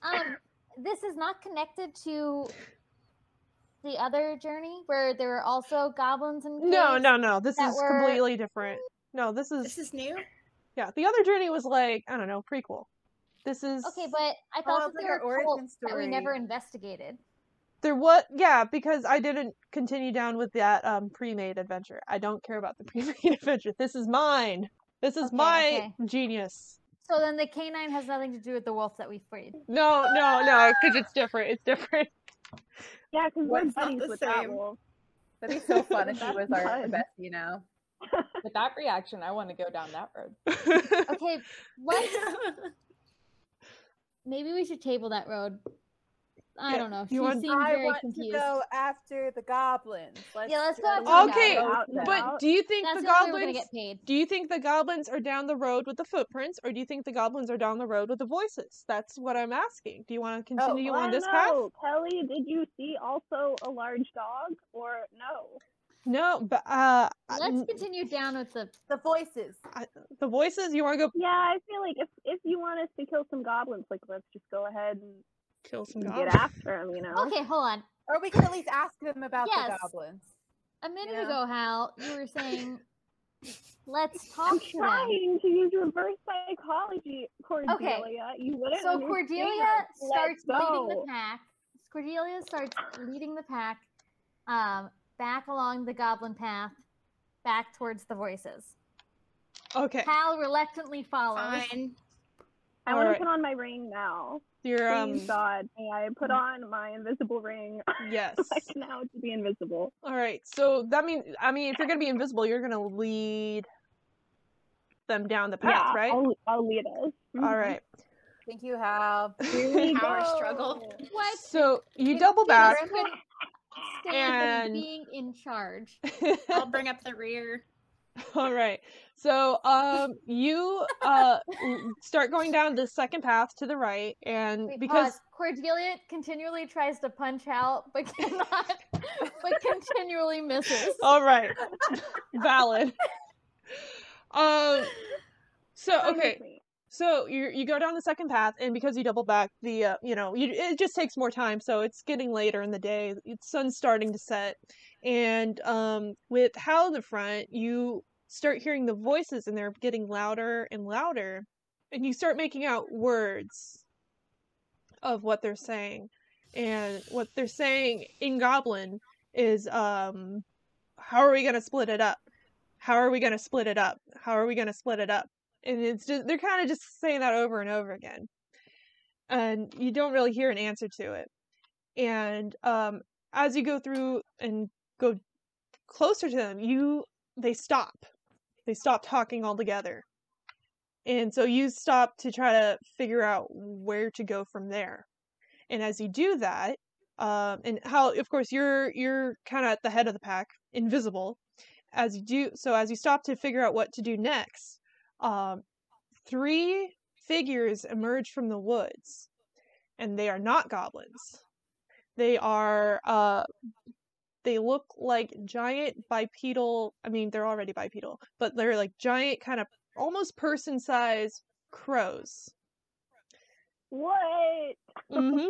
Speaker 2: Um, this is not connected to the other journey where there were also goblins and
Speaker 1: No,
Speaker 2: caves?
Speaker 1: no, no. This
Speaker 2: that
Speaker 1: is
Speaker 2: were-
Speaker 1: completely different. No, this is
Speaker 5: This is new.
Speaker 1: Yeah, the other journey was like I don't know prequel. This is
Speaker 2: Okay, but I thought
Speaker 3: it's
Speaker 2: that
Speaker 3: like
Speaker 2: there
Speaker 3: our
Speaker 2: were
Speaker 3: origin
Speaker 2: cults that we never
Speaker 3: story.
Speaker 2: investigated.
Speaker 1: there was yeah because I didn't continue down with that um pre-made adventure. I don't care about the pre-made adventure. This is mine. This is
Speaker 2: Okay,
Speaker 1: my
Speaker 2: okay.
Speaker 1: genius.
Speaker 2: So then the canine has nothing to do with the wolf that we freed.
Speaker 1: No, no, no, because it's different. It's different.
Speaker 4: Yeah, because we're
Speaker 5: What's not
Speaker 4: buddies
Speaker 5: the
Speaker 4: with that
Speaker 5: same?
Speaker 4: wolf.
Speaker 3: That'd be so fun if he was our
Speaker 4: Fun.
Speaker 3: best, you know.
Speaker 6: With that reaction, I want to go down that road.
Speaker 2: Okay, let's maybe we should table that road. I
Speaker 1: Yeah,
Speaker 2: don't know.
Speaker 1: you
Speaker 2: She
Speaker 1: want-
Speaker 2: seemed
Speaker 3: I
Speaker 2: very
Speaker 3: want
Speaker 2: confused.
Speaker 3: to go after the goblins. Let's
Speaker 2: Yeah, let's go after
Speaker 1: the Okay,
Speaker 4: goblins.
Speaker 1: but
Speaker 4: Out.
Speaker 1: do you think
Speaker 2: That's
Speaker 1: the
Speaker 2: the only way we're gonna
Speaker 1: goblins?
Speaker 2: get paid.
Speaker 1: Do you think the goblins are down the road with the footprints, or do you think the goblins are down the road with the voices? That's what I'm asking. Do you want to continue
Speaker 2: Oh,
Speaker 4: Well, I
Speaker 1: on this
Speaker 4: don't
Speaker 1: path?
Speaker 4: know. Kelly, did you see also a large dog or no?
Speaker 1: No, but uh,
Speaker 2: Let's
Speaker 1: n-
Speaker 2: continue down with the
Speaker 3: the voices.
Speaker 1: the voices. You want to go
Speaker 4: Yeah, I feel like if if you want us to kill some goblins, like let's just go ahead and
Speaker 1: kill some
Speaker 4: get
Speaker 1: goblins?
Speaker 4: after them. You know.
Speaker 2: Okay, hold on.
Speaker 3: Or we can at least ask them about the
Speaker 2: Yes.
Speaker 3: goblins.
Speaker 2: A minute
Speaker 3: Yeah.
Speaker 2: ago, Hal, you were saying let's
Speaker 4: I'm
Speaker 2: talk to them.
Speaker 4: trying to use reverse psychology, Cordelia. You wouldn't.
Speaker 2: So
Speaker 4: understand.
Speaker 2: Cordelia
Speaker 4: Let's
Speaker 2: starts leading
Speaker 4: go.
Speaker 2: the pack. Cordelia starts leading the pack um, back along the goblin path, back towards the voices.
Speaker 1: Okay.
Speaker 2: Hal reluctantly follows.
Speaker 5: Fine.
Speaker 4: I want
Speaker 1: Alright.
Speaker 4: to put on my ring now.
Speaker 6: Your
Speaker 1: um,
Speaker 4: Please, God, may I put
Speaker 1: Mm-hmm.
Speaker 4: on my invisible ring?
Speaker 1: Yes.
Speaker 4: like now to be invisible.
Speaker 1: All right. So that means I mean, if you're gonna be invisible, you're gonna lead them down the path,
Speaker 4: yeah,
Speaker 1: right?
Speaker 4: Ah,
Speaker 2: Oh,
Speaker 4: I'll, I'll lead us. Mm-hmm.
Speaker 1: All right.
Speaker 3: Thank you, Hal.
Speaker 4: Here we
Speaker 5: Power
Speaker 4: go.
Speaker 5: struggle.
Speaker 2: What?
Speaker 1: So you
Speaker 2: Could-
Speaker 1: double
Speaker 2: could
Speaker 1: back.
Speaker 2: Scrimp stand
Speaker 1: and-
Speaker 2: and being in charge.
Speaker 5: I'll bring up the rear.
Speaker 1: All right. So um, you uh l- start going down the second path to the right, and
Speaker 2: Wait,
Speaker 1: because
Speaker 2: pause. Cordelia continually tries to punch out, but cannot, but continually misses.
Speaker 1: all right, valid. Um. So
Speaker 4: Fine with
Speaker 1: okay.
Speaker 4: me.
Speaker 1: So you you go down the second path, and because you double back, the uh, you know you, it just takes more time. So it's getting later in the day. It's sun's starting to set, and um, with Hal in the front, you start hearing the voices, and they're getting louder and louder, and you start making out words of what they're saying, and what they're saying in Goblin is um, how are we gonna split it up? How are we gonna split it up? How are we gonna split it up? and it's just they're kind of just saying that over and over again and you don't really hear an answer to it and um as you go through and go closer to them you they stop they stop talking altogether and so you stop to try to figure out where to go from there and as you do that um and how of course you're you're kind of at the head of the pack invisible as you do so as you stop to figure out what to do next um, three figures emerge from the woods, and they are not goblins. They are. Uh, they look like giant bipedal. I mean, they're already bipedal, but they're like giant, kind of almost person-sized crows.
Speaker 4: What?
Speaker 1: hmm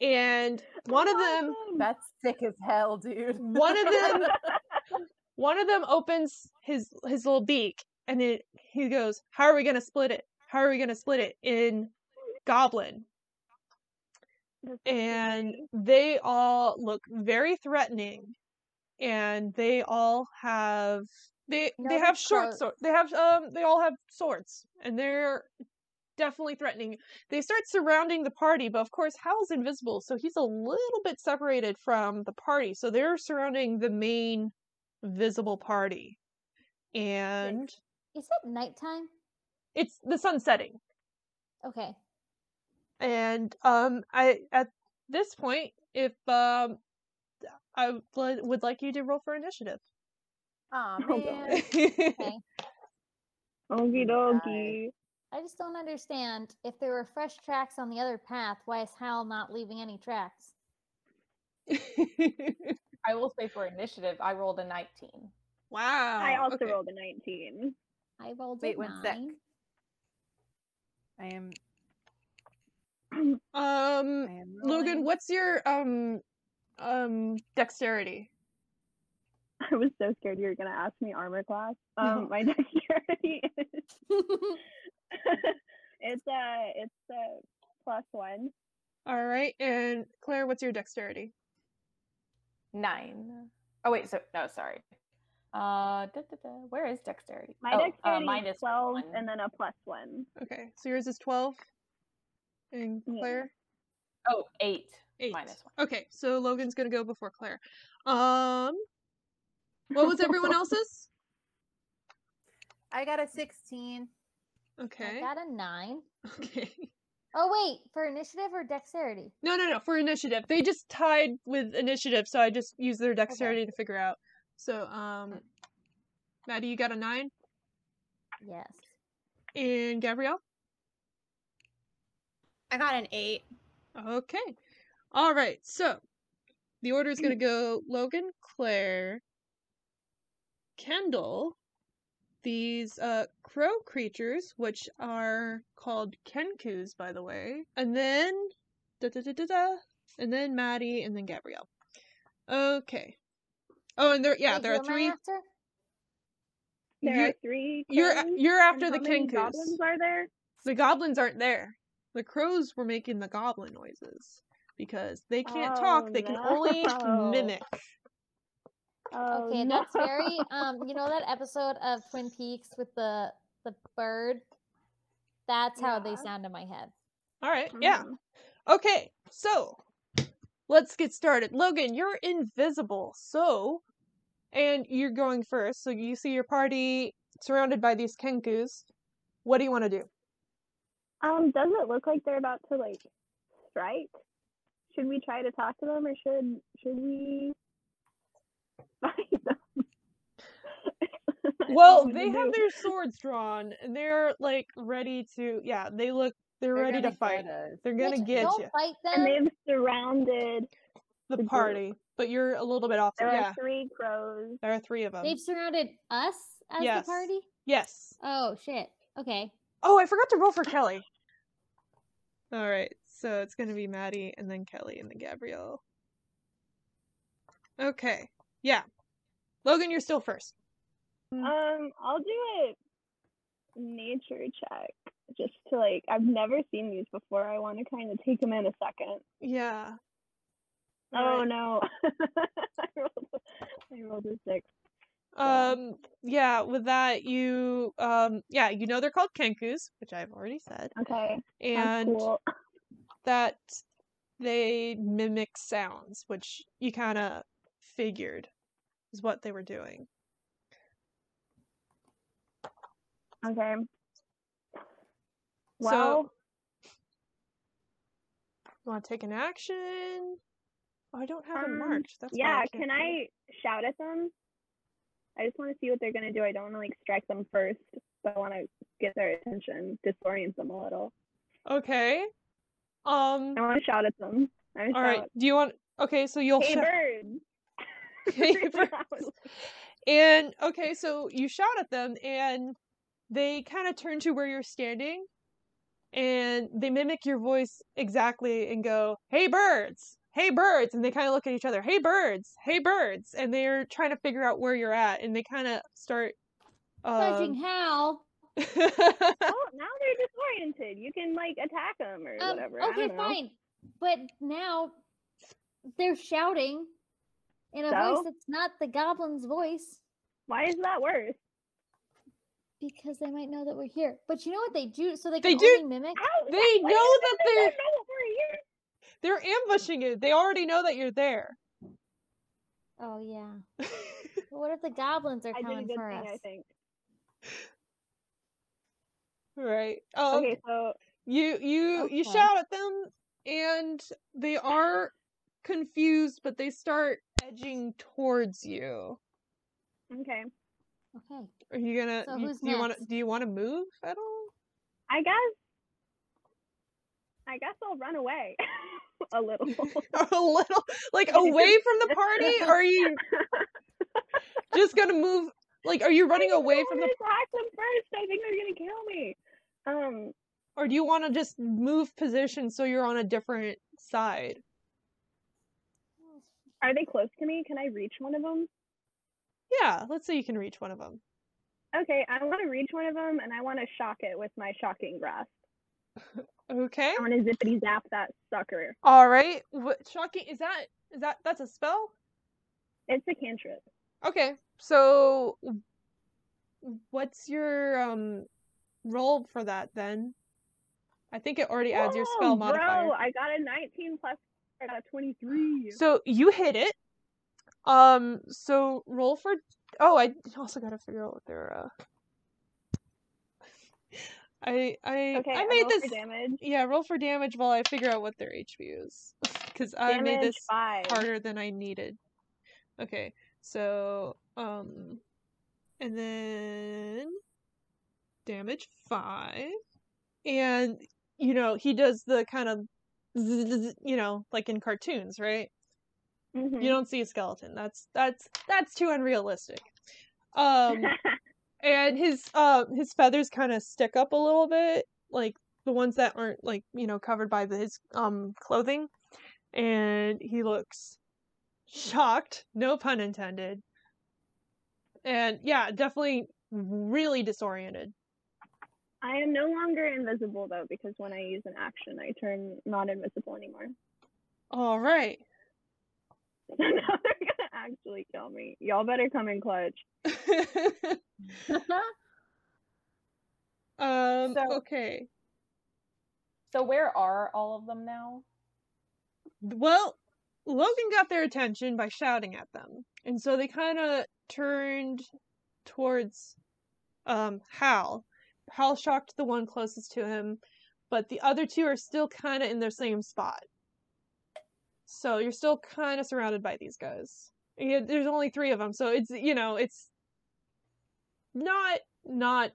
Speaker 1: and one of them,
Speaker 4: Awesome.
Speaker 3: That's sick as hell, dude.
Speaker 1: one of them one of them opens his his little beak and it he goes how are we going to split it how are we going to split it in goblin
Speaker 4: That's
Speaker 1: and
Speaker 4: amazing.
Speaker 1: they all look very threatening and they all have they
Speaker 2: No,
Speaker 1: they
Speaker 2: they're
Speaker 1: have short
Speaker 2: crows.
Speaker 1: swords they have um they all have swords and they're definitely threatening they start surrounding the party but of course hal's invisible so he's a little bit separated from the party so they're surrounding the main visible party and
Speaker 2: Is it nighttime?
Speaker 1: it's the sun setting
Speaker 2: Okay.
Speaker 1: and um i at this point if um i would, would like you to roll for initiative
Speaker 3: Aw,
Speaker 4: Oh, God.
Speaker 3: man.
Speaker 2: Okay.
Speaker 4: Okie dokie.
Speaker 2: I just don't understand. If there were fresh tracks on the other path, why is Hal not leaving any tracks?
Speaker 6: I will say for initiative, I rolled a 19.
Speaker 2: Oh,
Speaker 1: wow
Speaker 4: I also
Speaker 1: okay.
Speaker 4: rolled a 19.
Speaker 2: I rolled a
Speaker 3: Wait one sec.
Speaker 2: nine.
Speaker 3: I am. I
Speaker 1: um
Speaker 3: am
Speaker 1: logan
Speaker 3: rolling.
Speaker 1: what's your um um dexterity
Speaker 4: I was so scared you were going to ask me armor class. Um,
Speaker 1: No.
Speaker 4: My dexterity is. it's a, it's a plus one.
Speaker 1: all right and claire what's your dexterity
Speaker 6: Nine. Oh, wait, so no, sorry. Uh, da, da, da. Where is dexterity?
Speaker 4: My
Speaker 6: oh, uh,
Speaker 4: dexterity
Speaker 6: mine
Speaker 4: is
Speaker 6: is
Speaker 4: 12
Speaker 6: one.
Speaker 4: and then a plus one.
Speaker 1: okay so yours is 12 and
Speaker 4: Yeah.
Speaker 1: claire
Speaker 6: Oh, eight.
Speaker 1: eight
Speaker 6: Minus one.
Speaker 1: okay so logan's gonna go before claire um what was everyone else's
Speaker 3: I got a 16.
Speaker 1: okay
Speaker 2: I got a nine.
Speaker 1: okay
Speaker 2: Oh wait, for initiative or dexterity?
Speaker 1: No, no, no, for initiative. They just tied with initiative, so I just used their dexterity to figure out. So, um, Maddie, you got a nine,
Speaker 2: Yes.
Speaker 1: and Gabrielle.
Speaker 5: I got an eight.
Speaker 1: Okay, all right. So the order is gonna go: Logan, Claire, Kendall. These uh crow creatures, which are called kenkus, by the way, and then da da da da da, and then Maddie, and then Gabrielle. Okay. Oh, and there, yeah,
Speaker 2: Wait,
Speaker 1: there
Speaker 2: who
Speaker 1: are
Speaker 2: am I
Speaker 1: three.
Speaker 2: after?
Speaker 4: There
Speaker 1: You're-
Speaker 4: are three.
Speaker 1: You're a-
Speaker 4: crows,
Speaker 1: you're
Speaker 4: and
Speaker 1: after the
Speaker 4: how many
Speaker 1: Kenkus.
Speaker 4: goblins are there?
Speaker 1: The goblins aren't there. The crows were making the goblin noises because they can't talk.
Speaker 4: Oh,
Speaker 1: They can only
Speaker 4: no.
Speaker 1: mimic.
Speaker 4: Oh,
Speaker 2: okay,
Speaker 4: no.
Speaker 2: that's very um you know that episode of Twin Peaks with the the bird? That's how they
Speaker 4: Yeah.
Speaker 2: sound in my head.
Speaker 1: All right. Yeah.
Speaker 4: Mm.
Speaker 1: Okay. So let's get started. Logan, you're invisible. So, and you're going first. So you see your party surrounded by these kenkus. What do you want to do?
Speaker 4: Um, does it look like they're about to like strike? Should we try to talk to them, or should should we fight them?
Speaker 1: Well,
Speaker 4: What do
Speaker 1: they
Speaker 4: you
Speaker 1: have
Speaker 4: do?
Speaker 1: their swords drawn and they're like ready to. Yeah, they look. They're, ready to
Speaker 3: gonna
Speaker 1: fight.
Speaker 3: get us.
Speaker 1: They're gonna
Speaker 2: Mitch,
Speaker 1: get
Speaker 2: don't
Speaker 1: you
Speaker 2: fight
Speaker 4: and
Speaker 2: them.
Speaker 4: they've surrounded.
Speaker 1: the
Speaker 4: group.
Speaker 1: party, but you're a little bit off.
Speaker 4: There
Speaker 1: yeah,
Speaker 4: are three crows.
Speaker 1: there are three of them.
Speaker 2: They've surrounded us as
Speaker 1: Yes.
Speaker 2: the party.
Speaker 1: Yes.
Speaker 2: Oh shit. Okay.
Speaker 1: Oh, I forgot to roll for Kelly. All right, so it's gonna be Maddie and then Kelly and then Gabrielle. Okay. Yeah. Logan, you're still first.
Speaker 4: Um, I'll do a nature check just to like. I've never seen these before. I want to kind of take them in a second.
Speaker 1: Yeah.
Speaker 4: Oh
Speaker 1: Right.
Speaker 4: no! I, rolled a, I rolled a six. Yeah.
Speaker 1: Um yeah, with that you um yeah, you know they're called Kenkus, which I've already said.
Speaker 4: Okay, that's
Speaker 1: And
Speaker 4: cool.
Speaker 1: that they mimic sounds, which you kinda figured is what they were doing.
Speaker 4: Okay.
Speaker 1: So-
Speaker 4: Well,
Speaker 1: You wanna take an action? Oh, I don't have it
Speaker 4: Um,
Speaker 1: marked. That's why
Speaker 4: yeah.
Speaker 1: can't
Speaker 4: Can
Speaker 1: do it.
Speaker 4: I shout at them? I just want to see what they're gonna do. I don't want to like strike them first, but I want to get their attention, disorient them a little.
Speaker 1: Okay. Um
Speaker 4: I want to shout at them. I
Speaker 1: all right. Do you want Okay, so you'll
Speaker 4: Hey
Speaker 1: shout-
Speaker 4: birds.
Speaker 1: Hey,
Speaker 4: Really
Speaker 1: birds.
Speaker 4: loud.
Speaker 1: And okay, so you shout at them, and they kind of turn to where you're standing, and they mimic your voice exactly and go, Hey, birds! Hey, birds! And they kind of look at each other, Hey, birds! Hey, birds! And they're trying to figure out where you're at, and they kind of start.
Speaker 2: Judging
Speaker 1: Um...
Speaker 2: how.
Speaker 4: Oh, now they're disoriented. You can like attack them or
Speaker 2: Um,
Speaker 4: whatever. I
Speaker 2: okay,
Speaker 4: don't know.
Speaker 2: fine. But now they're shouting in a
Speaker 4: So?
Speaker 2: voice that's not the goblin's voice
Speaker 4: Why is that worse?
Speaker 2: because they might know that we're here. But you know what they do? So they
Speaker 1: They
Speaker 2: can
Speaker 1: do-
Speaker 2: only mimic.
Speaker 4: How?
Speaker 1: They
Speaker 4: why
Speaker 1: know
Speaker 4: is it
Speaker 1: that
Speaker 4: they
Speaker 1: they're-
Speaker 4: don't know we're here.
Speaker 1: they're ambushing you. They already know that you're there.
Speaker 2: Oh yeah. But what if the goblins are
Speaker 4: I did a
Speaker 2: coming
Speaker 4: good
Speaker 2: for
Speaker 4: thing,
Speaker 2: us?
Speaker 4: I think.
Speaker 1: right. Um,
Speaker 4: Okay, so
Speaker 1: You you you
Speaker 2: Okay.
Speaker 1: shout at them and they are confused but they start edging towards you.
Speaker 4: okay,
Speaker 2: Okay.
Speaker 1: Are you going to
Speaker 2: So
Speaker 1: you,
Speaker 2: who's
Speaker 1: do you want to
Speaker 2: next?
Speaker 1: do you want to move at all?
Speaker 4: I guess. I guess I'll run away a little.
Speaker 1: a little like away from the party or are you just going to move like are you running
Speaker 4: I
Speaker 1: away
Speaker 4: don't
Speaker 1: from
Speaker 4: wanna
Speaker 1: the
Speaker 4: attack them first. I think they're gonna kill me. Um,
Speaker 1: or do you want to just move position so you're on a different side?
Speaker 4: are they close to me? Can I reach one of them?
Speaker 1: Yeah, let's say you can reach one of them.
Speaker 4: Okay, I want to reach one of them, and I want to shock it with my shocking grasp.
Speaker 1: Okay.
Speaker 4: I want to zippity zap that sucker.
Speaker 1: All right. What shocking is that is that that's a spell?
Speaker 4: It's a cantrip.
Speaker 1: Okay, so w- what's your um roll for that then? I think it already adds your
Speaker 4: Whoa,
Speaker 1: spell modifier.
Speaker 4: Bro, I got a 19 plus. I got a 23.
Speaker 1: So you hit it. Um, so roll for. Oh, I also gotta figure out what their. Uh... I I
Speaker 4: okay,
Speaker 1: I
Speaker 4: I
Speaker 1: made
Speaker 4: roll
Speaker 1: this.
Speaker 4: for damage.
Speaker 1: Yeah, roll for damage while I figure out what their HP is, because I
Speaker 4: damage
Speaker 1: made this
Speaker 4: five.
Speaker 1: harder than I needed. Okay, so um, and then damage five, and you know he does the kind of zzz, you know like in cartoons, right?
Speaker 4: Mhm.
Speaker 1: You don't see a skeleton. That's that's that's too unrealistic. Um, and his uh his feathers kind of stick up a little bit, like the ones that aren't like you know covered by the, his um clothing, and he looks shocked, no pun intended, and yeah, definitely really disoriented.
Speaker 4: I am no longer invisible though, because when I use an action, I turn not invisible anymore.
Speaker 1: All right,
Speaker 4: So now they're gonna actually kill me. Y'all better come in clutch.
Speaker 1: um,
Speaker 3: So-
Speaker 1: okay.
Speaker 6: So where are all of them now?
Speaker 1: Well, Logan got their attention by shouting at them. And so they kind of turned towards um, Hal. Hal shocked the one closest to him, but the other two are still kind of in their same spot. So you're still kind of surrounded by these guys. Yeah, there's only three of them, so it's you know it's not not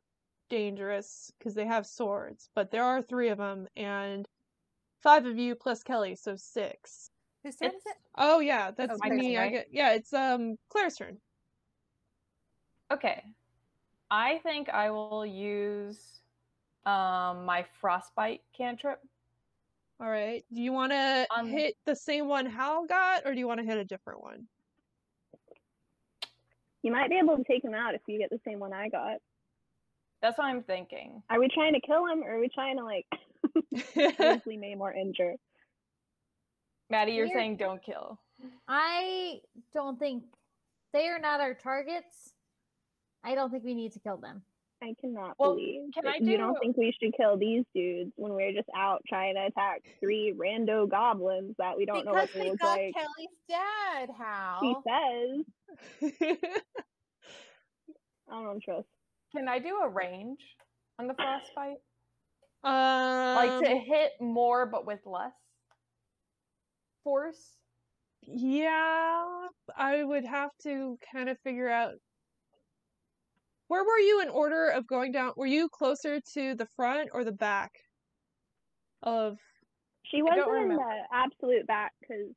Speaker 1: dangerous because they have swords, but there are three of them and five of you plus Kelly, so six.
Speaker 3: Whose turn is it?
Speaker 1: Oh yeah, that's
Speaker 3: Oh, Claire's
Speaker 1: me.
Speaker 6: turn,
Speaker 1: I
Speaker 6: right?
Speaker 1: get yeah, it's um Claire's turn.
Speaker 6: Okay. I think I will use um my frostbite cantrip.
Speaker 1: All right. Do you want to
Speaker 6: Um,
Speaker 1: hit the same one Hal got, or do you want to hit a different one?
Speaker 4: You might be able to take him out if you get the same one I got.
Speaker 6: That's what I'm thinking.
Speaker 4: Are we trying to kill him or are we trying to like seriously maim or injure?
Speaker 6: Maddie, you're
Speaker 2: Weird.
Speaker 6: saying don't kill.
Speaker 2: I don't think they are not our targets. I don't think we need to kill them.
Speaker 4: I cannot
Speaker 6: Well,
Speaker 4: believe
Speaker 6: can
Speaker 4: that
Speaker 6: I
Speaker 4: you
Speaker 6: do-
Speaker 4: don't think we should kill these dudes when we're just out trying to attack three rando goblins that we don't know
Speaker 3: because
Speaker 4: what they
Speaker 3: we
Speaker 4: look
Speaker 3: got
Speaker 4: like.
Speaker 3: Kelly's dad. How?
Speaker 4: She says, I don't trust.
Speaker 6: Can I do a range on the frostbite?
Speaker 1: um,
Speaker 6: like to hit more but with less force?
Speaker 1: yeah, I would have to kind of figure out. Where were you in order of going down? Were you closer to the front or the back of
Speaker 4: She
Speaker 6: I
Speaker 4: wasn't
Speaker 6: don't
Speaker 4: in
Speaker 6: remember.
Speaker 4: the absolute back because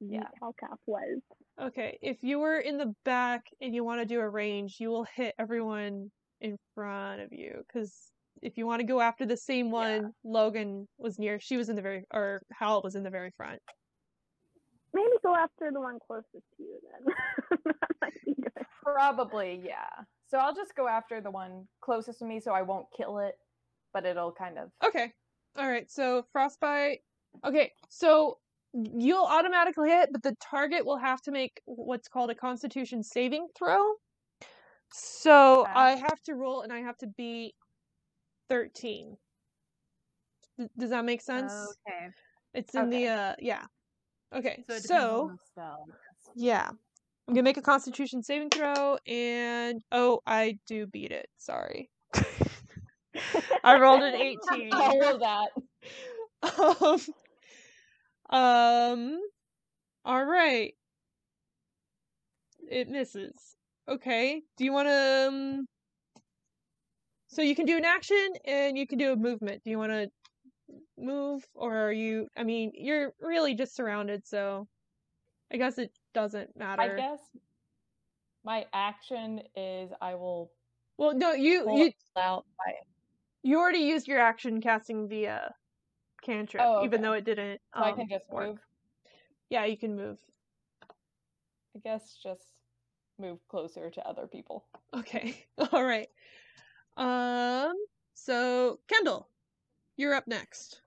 Speaker 6: Yeah.
Speaker 4: Hellcap was.
Speaker 1: Okay, if you were in the back and you want to do a range, you will hit everyone in front of you. Because if you want to go after the same one, Logan was near. She was in the very, or Hal was in the very front.
Speaker 4: Maybe go after the one closest to you then. That might be good.
Speaker 6: Probably, yeah. So I'll just go after the one closest to me so I won't kill it, but it'll kind of
Speaker 1: Okay, all right. So frostbite. Okay, so you'll automatically hit, but the target will have to make what's called a Constitution saving throw. So
Speaker 6: Okay.
Speaker 1: I have to roll, and I have to beat thirteen. D- does that make sense?
Speaker 3: Okay.
Speaker 1: It's in
Speaker 6: Okay.
Speaker 1: the uh yeah. Okay. So,
Speaker 3: So it depends on the spell.
Speaker 1: yeah. I'm gonna make a constitution saving throw and oh I do beat it. Sorry. I rolled an eighteen.
Speaker 6: all of that.
Speaker 1: um, um all right. It misses. Okay. Do you wanna um, so you can do an action and you can do a movement. Do you wanna move or are you I mean, you're really just surrounded, so I guess it doesn't matter.
Speaker 6: I guess my action is I will
Speaker 1: Well, no, you
Speaker 6: pull
Speaker 1: you
Speaker 6: out my
Speaker 1: you already used your action casting via cantrip,
Speaker 6: Oh,
Speaker 1: even
Speaker 6: okay.
Speaker 1: though it didn't.
Speaker 6: so I can
Speaker 1: um,
Speaker 6: just
Speaker 1: work.
Speaker 6: move.
Speaker 1: Yeah, you can move.
Speaker 6: I guess just move closer to other people.
Speaker 1: Okay, all right. Um, so Kendall, you're up next.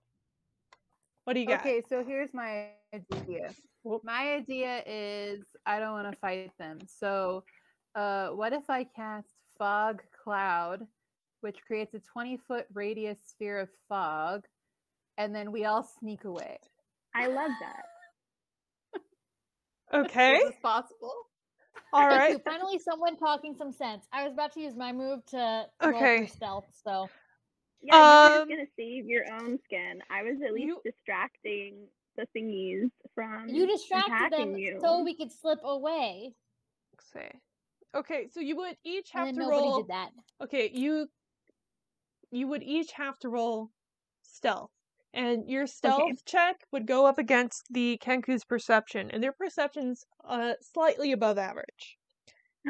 Speaker 1: What do you got?
Speaker 3: Okay, so here's my idea.
Speaker 1: Whoop.
Speaker 3: My idea is I don't want to fight them. So, uh, what if I cast Fog Cloud, which creates a 20 foot radius sphere of fog, and then we all sneak away?
Speaker 4: I love that.
Speaker 1: Okay,
Speaker 3: Is this possible?
Speaker 1: all
Speaker 2: Thank
Speaker 1: right.
Speaker 2: you. Finally, someone talking some sense. I was about to use my move to roll
Speaker 1: Okay.
Speaker 2: for stealth, so
Speaker 4: Yeah, you
Speaker 1: Um,
Speaker 4: were just gonna save your own skin. I was at least
Speaker 1: you-
Speaker 4: distracting the thingies from
Speaker 2: you distracted
Speaker 4: attacking
Speaker 2: them
Speaker 4: you.
Speaker 2: so we could slip away,
Speaker 1: Okay. Okay, so you would each have
Speaker 2: and then
Speaker 1: to
Speaker 2: nobody
Speaker 1: roll.
Speaker 2: did that.
Speaker 1: Okay, you you would each have to roll stealth. And your stealth check would go up against the Kenku's perception, and their perception's uh slightly above average,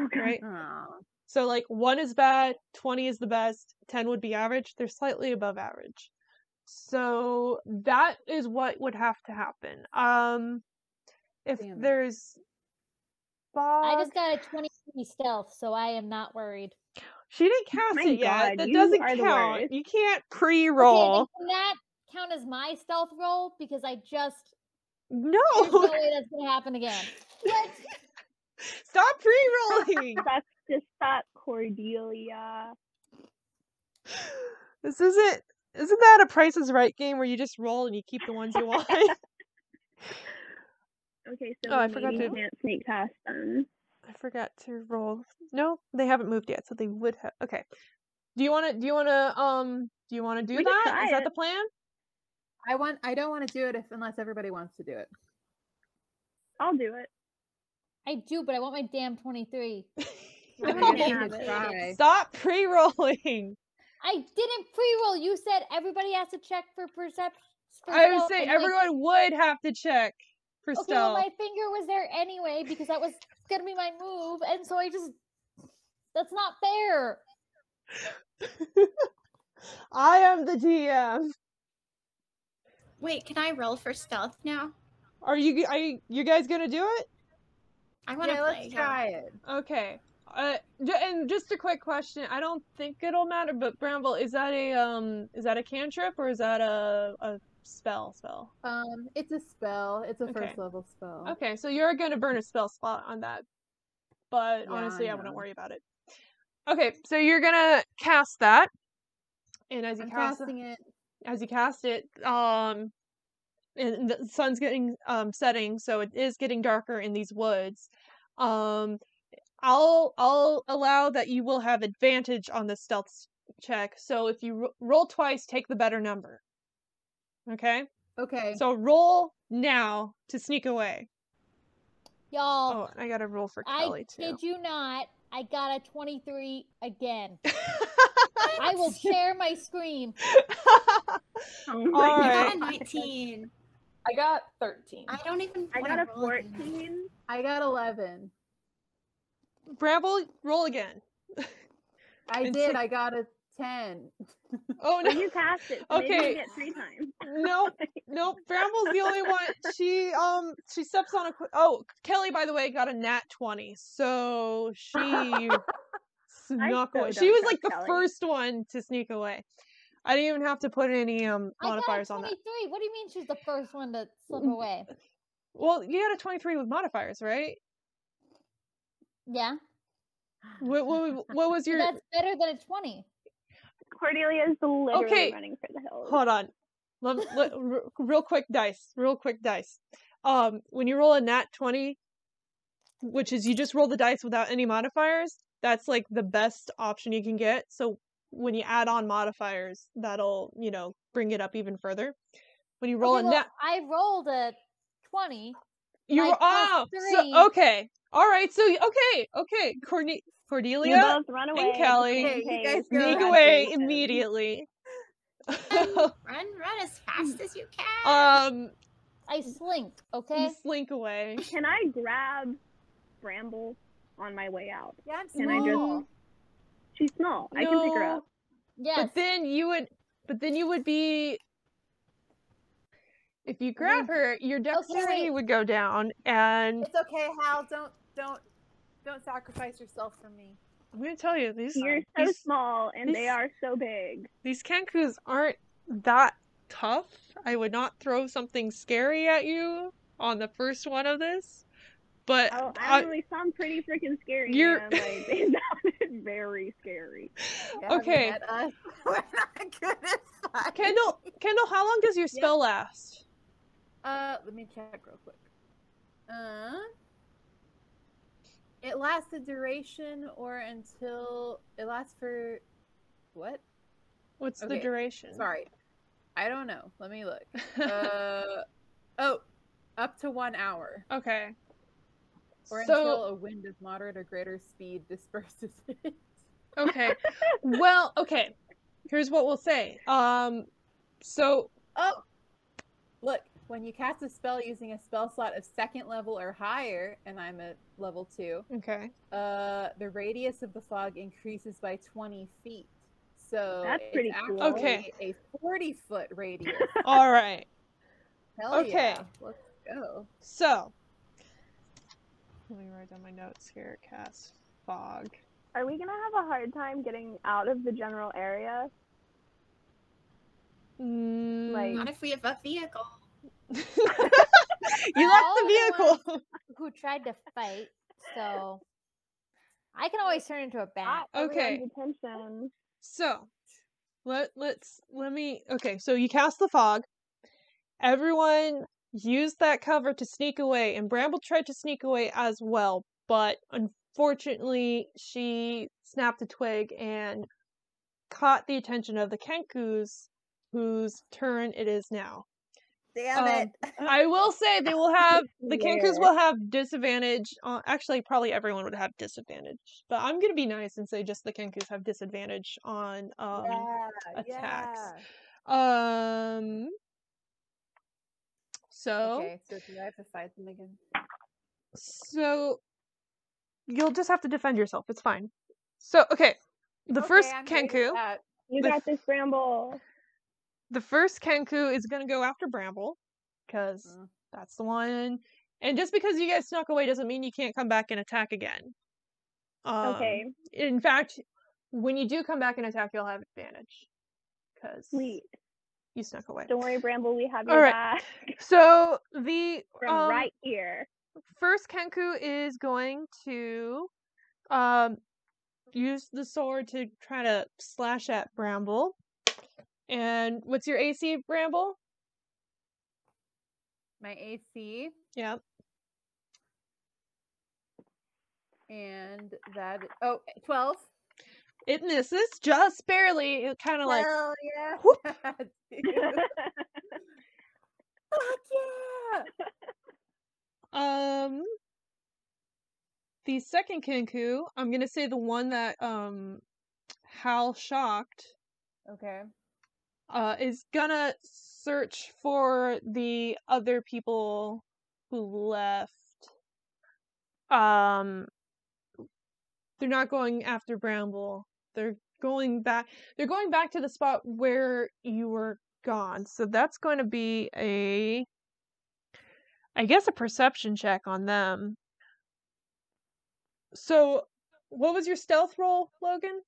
Speaker 4: okay.
Speaker 1: right?
Speaker 3: Aw.
Speaker 1: So like 1 is bad, 20 is the best, 10 would be average. They're slightly above average. So that is what would have to happen. Um if
Speaker 3: Damn it.
Speaker 1: there's fog,
Speaker 2: I just got a 23 stealth, so I am not worried.
Speaker 1: she didn't count
Speaker 4: My
Speaker 1: it yet.
Speaker 4: God,
Speaker 1: that
Speaker 4: you
Speaker 1: doesn't
Speaker 4: are the
Speaker 1: count.
Speaker 4: worst.
Speaker 1: You can't pre-roll.
Speaker 2: Okay, then can that count as my stealth roll? Because I just
Speaker 1: No.
Speaker 2: there's no way that's gonna happen again.
Speaker 1: Stop pre-rolling.
Speaker 4: That's just that Cordelia.
Speaker 1: this isn't Isn't that a Price is Right game where you just roll and you keep the ones you want? I
Speaker 4: Okay, so
Speaker 1: Oh, I
Speaker 4: we
Speaker 1: forgot
Speaker 4: maybe
Speaker 1: to-
Speaker 4: can't sneak past them.
Speaker 1: forgot to roll. No, they haven't moved yet, so they would have. Okay. Do you want to? Do you want to? Um. Do you want to do
Speaker 4: We can
Speaker 1: that?
Speaker 4: try
Speaker 1: Is that
Speaker 4: it.
Speaker 1: the plan?
Speaker 3: I want. I don't want to do it if unless everybody wants to do it.
Speaker 4: I'll do it.
Speaker 2: I do, but I want my damn 23.
Speaker 3: We're
Speaker 2: No.
Speaker 3: gonna have to
Speaker 2: Yes.
Speaker 3: try.
Speaker 1: Stop pre-rolling.
Speaker 2: I didn't pre roll. You said everybody has to check for perception.
Speaker 1: I would say everyone would have to check for
Speaker 2: Okay, well,
Speaker 1: stealth.
Speaker 2: my finger was there anyway because that was going to be my move. And so I just. That's not fair.
Speaker 1: I am the DM.
Speaker 5: Wait, can I roll for stealth now?
Speaker 1: Are you? g- Are you, you guys gonna do it?
Speaker 5: I want to
Speaker 3: Yeah,
Speaker 5: play.
Speaker 3: let's
Speaker 5: yeah.
Speaker 3: try it.
Speaker 1: Okay. Uh, ju- and just a quick question. I don't think it'll matter, but Bramble, is that a um, is that a cantrip or is that a a spell? Spell.
Speaker 3: Um, it's a spell. It's a
Speaker 1: Okay.
Speaker 3: first level spell.
Speaker 1: Okay, so you're gonna burn a spell spot on that, but
Speaker 3: Yeah,
Speaker 1: honestly,
Speaker 3: I
Speaker 1: I wouldn't
Speaker 3: know.
Speaker 1: worry about it. Okay, so you're gonna cast that, and as you
Speaker 3: I'm
Speaker 1: cast,
Speaker 3: casting it.
Speaker 1: as you cast it, um, and the sun's getting um setting, so it is getting darker in these woods. Um, I'll I'll allow that you will have advantage on the stealth s- check. So if you ro- roll twice, take the better number. Okay,
Speaker 3: Okay.
Speaker 1: so roll now to sneak away.
Speaker 2: Y'all,
Speaker 1: Oh, and I gotta roll for
Speaker 2: I
Speaker 1: Kelly too.
Speaker 2: kid you not. I got a 23 again. I will share my screen.
Speaker 4: Oh my
Speaker 1: All
Speaker 5: I
Speaker 1: right.
Speaker 5: got a 19.
Speaker 6: I got 13.
Speaker 5: I don't even.
Speaker 4: I
Speaker 5: wanna
Speaker 4: got a
Speaker 5: roll again.
Speaker 4: 14.
Speaker 3: I got eleven.
Speaker 1: Bramble, roll again.
Speaker 3: I
Speaker 1: And
Speaker 3: did.
Speaker 1: six-
Speaker 3: I got a ten.
Speaker 1: Oh
Speaker 4: Well,
Speaker 1: no,
Speaker 4: you passed it. So Maybe
Speaker 1: Okay.
Speaker 4: you get three times.
Speaker 1: nope, nope. Bramble's the only one. She um she steps on a. qu- Oh, Kelly, by the way, got a nat twenty, so she snuck
Speaker 4: so
Speaker 1: away.
Speaker 4: don't
Speaker 1: She was
Speaker 4: trust
Speaker 1: like the
Speaker 4: Kelly.
Speaker 1: first one to sneak away. I didn't even have to put any um
Speaker 2: I got a
Speaker 1: modifiers
Speaker 2: 23.
Speaker 1: on that.
Speaker 2: What do you mean she's the first one to slip
Speaker 1: Mm.
Speaker 2: away?
Speaker 1: Well, you had a twenty-three with modifiers, right?
Speaker 2: Yeah.
Speaker 1: What what, what was
Speaker 2: So
Speaker 1: your?
Speaker 2: that's better than a 20.
Speaker 4: Cordelia is literally
Speaker 1: Okay.
Speaker 4: running for the hills.
Speaker 1: Hold on. Let, let- r- real quick dice. Real quick dice. Um, when you roll a nat 20, which is you just roll the dice without any modifiers, that's like the best option you can get. So when you add on modifiers, that'll, you know, bring it up even further. When you roll
Speaker 2: Okay,
Speaker 1: a
Speaker 2: well,
Speaker 1: nat
Speaker 2: I rolled a 20.
Speaker 1: you
Speaker 2: my
Speaker 1: ro- oh,
Speaker 2: plus three-
Speaker 1: so okay. All right. So okay. Okay. Corne-
Speaker 4: You
Speaker 1: Cordelia,
Speaker 4: both run away.
Speaker 1: Kelly.
Speaker 4: just in
Speaker 3: Okay, you
Speaker 4: case.
Speaker 3: guys
Speaker 1: sneak
Speaker 3: go. Congratulations.
Speaker 1: away immediately.
Speaker 5: Run, run as fast as you can.
Speaker 1: um
Speaker 2: I slinked, okay?
Speaker 1: you slink away.
Speaker 4: Can I grab Bramble on my way out?
Speaker 3: Yeah, I'm
Speaker 4: Can I just-
Speaker 3: small.
Speaker 4: She's small. I can pick her
Speaker 1: No.
Speaker 4: up.
Speaker 2: Yes.
Speaker 1: But then you would, but then you would be. If you grab her, your dexterity
Speaker 2: wait.
Speaker 1: would go down, and
Speaker 3: It's okay, Hal. Don't don't don't sacrifice yourself for me.
Speaker 1: I'm gonna tell you these
Speaker 4: You're so
Speaker 1: these,
Speaker 4: small and they
Speaker 1: this-
Speaker 4: are so big.
Speaker 1: these kankus aren't that tough. I would not throw something scary at you on the first one of this, but
Speaker 4: Oh, I
Speaker 1: I-
Speaker 4: don't really sound pretty freaking scary.
Speaker 1: you're-
Speaker 4: man. Like, they sounded very scary.
Speaker 3: You haven't
Speaker 1: Okay.
Speaker 3: met us. We're not good at fighting.
Speaker 1: Kendall, Kendall, how long does your spell last?
Speaker 3: Uh, let me check real quick. Uh, it lasts a duration or until it lasts for what?
Speaker 1: What's the
Speaker 3: Okay,
Speaker 1: duration?
Speaker 3: Sorry, I don't know. Let me look. Uh, oh, up to one hour
Speaker 1: okay.
Speaker 3: or until
Speaker 1: So
Speaker 3: a wind of moderate or greater speed disperses it.
Speaker 1: okay, well, okay. Here's what we'll say. Um, so
Speaker 3: Oh, look! When you cast a spell using a spell slot of second level or higher, and I'm at level two,
Speaker 1: Okay.
Speaker 3: uh, the radius of the fog increases by 20 feet. So
Speaker 4: That's
Speaker 3: it's
Speaker 4: pretty
Speaker 3: actually
Speaker 4: cool.
Speaker 1: Okay.
Speaker 3: a 40 foot radius.
Speaker 1: All right.
Speaker 3: Hell
Speaker 1: Okay.
Speaker 3: yeah. Let's go.
Speaker 1: So, let me write down my notes here. Cast fog.
Speaker 4: Are we gonna have a hard time getting out of the general area?
Speaker 5: Not
Speaker 1: Mm.
Speaker 5: if we have a vehicle.
Speaker 1: you left
Speaker 2: All
Speaker 1: the
Speaker 2: I want-
Speaker 1: vehicle.
Speaker 2: Who tried to fight, so. I can always turn into a bat.
Speaker 4: Not everyone's
Speaker 1: Okay.
Speaker 4: Attention.
Speaker 1: So, Let let's let me okay, so you cast the fog. Everyone used that cover to sneak away, and Bramble tried to sneak away as well, but unfortunately she snapped a twig and caught the attention of the Kenkus, whose turn it is now.
Speaker 3: Damn
Speaker 1: Um,
Speaker 3: it.
Speaker 1: I will say they will have the Kenkus
Speaker 3: Yeah.
Speaker 1: will have disadvantage. On, actually, probably everyone would have disadvantage, but I'm gonna be nice and say just the Kenkus have disadvantage on um
Speaker 3: yeah,
Speaker 1: attacks.
Speaker 3: yeah.
Speaker 1: um. So
Speaker 3: Okay, so do I have to fight them again?
Speaker 1: so you'll just have to defend yourself. It's fine. So okay, the
Speaker 3: Okay,
Speaker 1: first
Speaker 3: I'm uh, great at
Speaker 1: Kenku,
Speaker 3: that.
Speaker 4: You
Speaker 1: The-
Speaker 4: got this, Bramble.
Speaker 1: the first Kenku is gonna go after Bramble because
Speaker 3: Mm.
Speaker 1: that's the one. And just because you guys snuck away doesn't mean you can't come back and attack again. Um,
Speaker 4: Okay.
Speaker 1: In fact, when you do come back and attack, you'll have advantage because
Speaker 4: Sweet.
Speaker 1: you snuck away.
Speaker 4: Don't worry, Bramble. We have
Speaker 1: All
Speaker 4: your
Speaker 1: right.
Speaker 4: back
Speaker 1: So the
Speaker 4: from
Speaker 1: um,
Speaker 4: right here.
Speaker 1: first Kenku is going to um, use the sword to try to slash at Bramble. And what's your AC, Bramble?
Speaker 3: My AC,
Speaker 1: Yeah.
Speaker 3: and that oh, 12.
Speaker 1: It misses just barely. It kind of like
Speaker 3: Hell
Speaker 1: whoop.
Speaker 3: yeah. Dude. Fuck yeah!
Speaker 1: Um, the second Kenku, I'm gonna say the one that um Hal shocked,
Speaker 3: Okay.
Speaker 1: uh, is gonna search for the other people who left. Um, they're not going after Bramble. They're going back. They're going back to the spot where you were gone. So that's going to be a, I guess, a perception check on them. So, what was your stealth roll, Logan?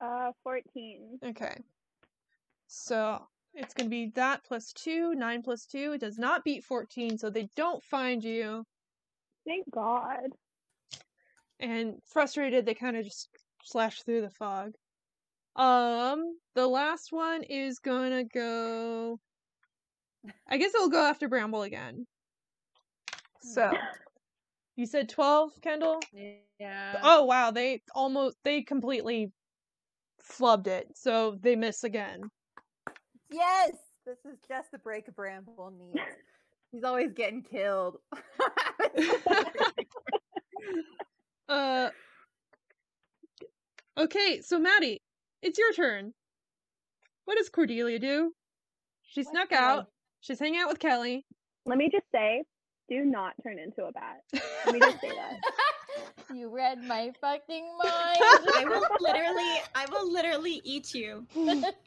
Speaker 4: Uh, 14.
Speaker 1: Okay. So it's going to be that plus two, nine plus two. It does not beat 14, so they don't find you.
Speaker 4: Thank God.
Speaker 1: and frustrated they kind of just slash through the fog um the last one is gonna go i guess it'll go after bramble again so you said 12 kendall
Speaker 3: Yeah.
Speaker 1: oh wow they almost they completely flubbed it so they miss again
Speaker 3: Yes! This is just the break Bramble needs. He's always getting killed.
Speaker 1: uh okay so maddie it's your turn what does cordelia do she
Speaker 2: What
Speaker 1: snuck
Speaker 2: do I
Speaker 1: out she's hanging out with kelly
Speaker 4: Let me just say, do not turn into a bat. Let me just say that.
Speaker 2: you read my fucking mind.
Speaker 5: I will literally, I will literally eat you.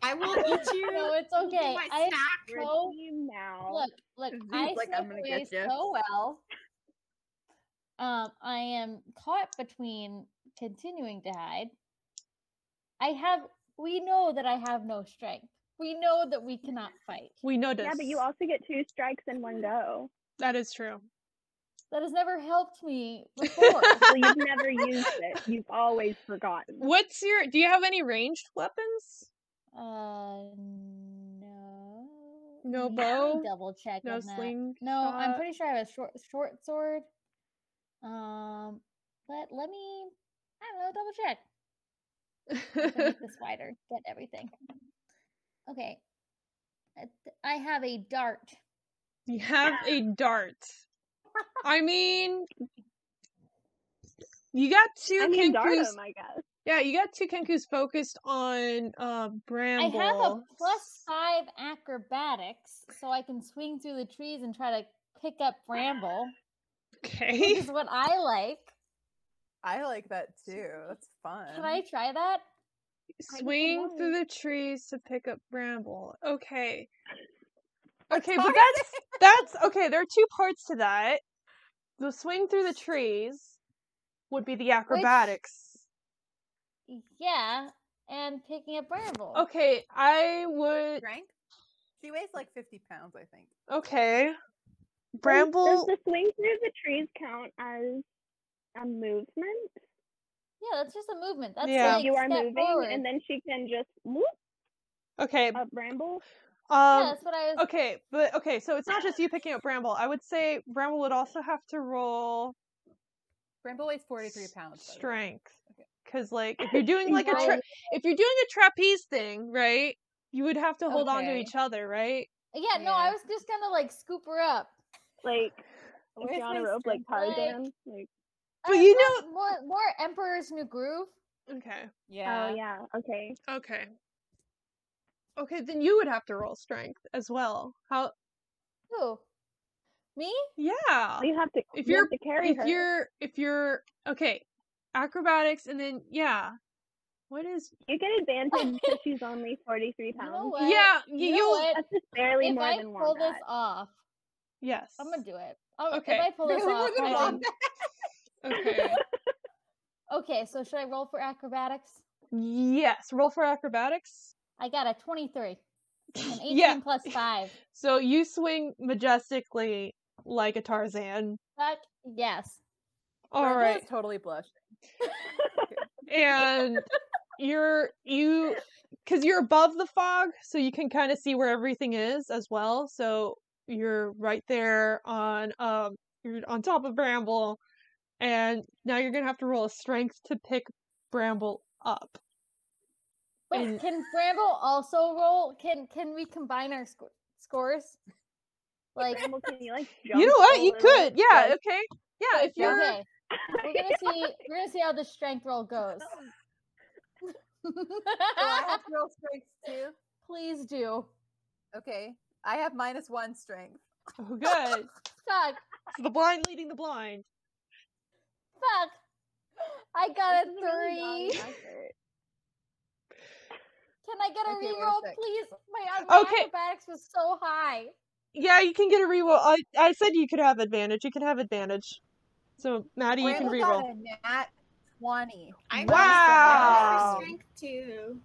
Speaker 5: I will eat you.
Speaker 2: no, it's okay.
Speaker 5: My
Speaker 2: I
Speaker 5: snack.
Speaker 4: You're a
Speaker 2: No.
Speaker 4: team now.
Speaker 2: look, look.
Speaker 3: Zeus
Speaker 2: I
Speaker 3: like,
Speaker 2: snuck
Speaker 3: "I'm gonna
Speaker 2: away
Speaker 3: get ya."
Speaker 2: so well. Um, I am caught between continuing to hide. I have. We know that I have no strength. We know that we cannot fight.
Speaker 1: We noticed.
Speaker 4: Yeah, but you also get two strikes in one go.
Speaker 1: That is true.
Speaker 2: That has never helped me before.
Speaker 4: So you've never used it. You've always forgotten.
Speaker 1: What's your? Do you have any ranged weapons?
Speaker 2: Uh, no.
Speaker 1: No
Speaker 2: Let me- let me
Speaker 1: bow?
Speaker 2: Double check.
Speaker 1: No
Speaker 2: on that.
Speaker 1: sling.
Speaker 2: No, I'm
Speaker 1: shot?
Speaker 2: pretty sure I have a short short sword. Um, but let me. I don't know. Double check. I can make this wider. Get everything. Okay. I th- I have a dart.
Speaker 1: you have a dart. I mean, you got two
Speaker 4: I mean,
Speaker 1: Kenkus.
Speaker 4: Darwin, I guess.
Speaker 1: Yeah, you got two Kenkus focused on uh, Bramble.
Speaker 2: I have a plus five acrobatics, so I can swing through the trees and try to pick up bramble, which
Speaker 1: Okay.
Speaker 2: is what I like.
Speaker 3: I like that too. That's fun.
Speaker 2: Can I try that?
Speaker 1: Swing
Speaker 4: know.
Speaker 1: through the trees to pick up Bramble. Okay. Okay, but that's that's okay. There are two parts to that. The swing through the trees would be the acrobatics.
Speaker 2: Yeah, and picking up bramble.
Speaker 1: Okay, I would.
Speaker 3: Strength? She weighs like 50 pounds, I think.
Speaker 1: Okay,
Speaker 4: Does-
Speaker 1: Bramble.
Speaker 4: Does the swing through the trees count as a movement?
Speaker 2: Yeah, that's just a movement. That's
Speaker 6: Yeah.
Speaker 2: like
Speaker 4: you are
Speaker 2: step
Speaker 4: moving,
Speaker 2: forward.
Speaker 4: and then she can just whoop
Speaker 1: Okay.
Speaker 4: up Bramble.
Speaker 2: yeah,
Speaker 1: Um,
Speaker 2: that's what I was.
Speaker 1: okay, but okay, so it's not just you picking up Bramble. I would say Bramble would also have to roll
Speaker 3: Bramble weighs 43 pounds. by the way.
Speaker 1: strength
Speaker 3: Okay.
Speaker 1: because like if you're doing like a tra-
Speaker 2: Right.
Speaker 1: if you're doing a trapeze thing right you would have to hold on to
Speaker 3: Okay.
Speaker 1: each other right
Speaker 2: Yeah, no, I
Speaker 3: Yeah.
Speaker 2: was just gonna like scoop her up.
Speaker 4: Like if
Speaker 3: Where's
Speaker 4: you're on
Speaker 3: my
Speaker 4: a rope, like
Speaker 3: strength?
Speaker 2: Like-
Speaker 4: Tarzan. Like,
Speaker 2: I
Speaker 1: But
Speaker 2: mean,
Speaker 1: you
Speaker 2: more- more more Emperor's New Groove.
Speaker 1: okay
Speaker 3: Yeah.
Speaker 4: oh yeah, okay.
Speaker 1: okay okay then you would have to roll strength as well how
Speaker 2: Who? Me?
Speaker 1: yeah
Speaker 4: You have to.
Speaker 1: Uh, If
Speaker 4: you
Speaker 1: you're-
Speaker 4: have to carry
Speaker 1: if
Speaker 4: her.
Speaker 1: you're if you're okay acrobatics and then yeah what is
Speaker 4: You get advantage because she's only 43
Speaker 2: You
Speaker 4: pounds.
Speaker 2: know what?
Speaker 1: yeah y-
Speaker 2: You know
Speaker 1: you'll-
Speaker 2: what?
Speaker 4: That's just barely
Speaker 2: If
Speaker 4: more
Speaker 2: I
Speaker 4: than
Speaker 2: pull
Speaker 4: one.
Speaker 2: this off,
Speaker 1: yes
Speaker 2: I'm gonna do it. i
Speaker 1: Okay.
Speaker 2: If I pull this
Speaker 3: Really
Speaker 2: off,
Speaker 3: wouldn't
Speaker 2: I
Speaker 3: want
Speaker 2: am-
Speaker 1: okay
Speaker 2: okay. So should I roll for acrobatics?
Speaker 1: yes roll for acrobatics
Speaker 2: I got a 23. An 18
Speaker 1: Yeah.
Speaker 2: plus five.
Speaker 1: so you swing majestically like a tarzan
Speaker 2: Fuck yes.
Speaker 1: all
Speaker 3: Bramble
Speaker 1: right
Speaker 3: is totally blushing.
Speaker 1: and you're you because you're above the fog so you can kind of see where everything is as well so you're right there on um you're on top of bramble and now you're gonna have to roll a strength to pick bramble up
Speaker 2: But
Speaker 1: And-
Speaker 2: can Bramble also roll? Can can we combine our sc- scores? Like
Speaker 4: Bramble, can you like
Speaker 1: you know
Speaker 4: jump
Speaker 1: what
Speaker 4: a
Speaker 1: you
Speaker 4: little?
Speaker 1: could yeah
Speaker 4: Like-
Speaker 1: okay yeah if you're
Speaker 2: okay, we're gonna see we're gonna see how the strength roll goes.
Speaker 3: Do I have to roll strength too?
Speaker 2: Please do.
Speaker 3: Okay. I have minus one strength.
Speaker 1: oh, good
Speaker 2: Fuck,
Speaker 1: so the blind leading the blind
Speaker 2: fuck. I got
Speaker 4: This
Speaker 2: a
Speaker 4: is
Speaker 2: three.
Speaker 4: really not an effort.
Speaker 2: Can I get a
Speaker 3: Okay, wait a
Speaker 2: reroll,
Speaker 3: sec.
Speaker 2: please? My, my
Speaker 1: Okay.
Speaker 2: acrobatics was so high.
Speaker 1: yeah you can get a reroll i i said you could have advantage you can have advantage so maddie you can reroll
Speaker 3: Bramble got a nat 20.
Speaker 5: I rolled- I rolled
Speaker 1: Wow.
Speaker 5: for strength too.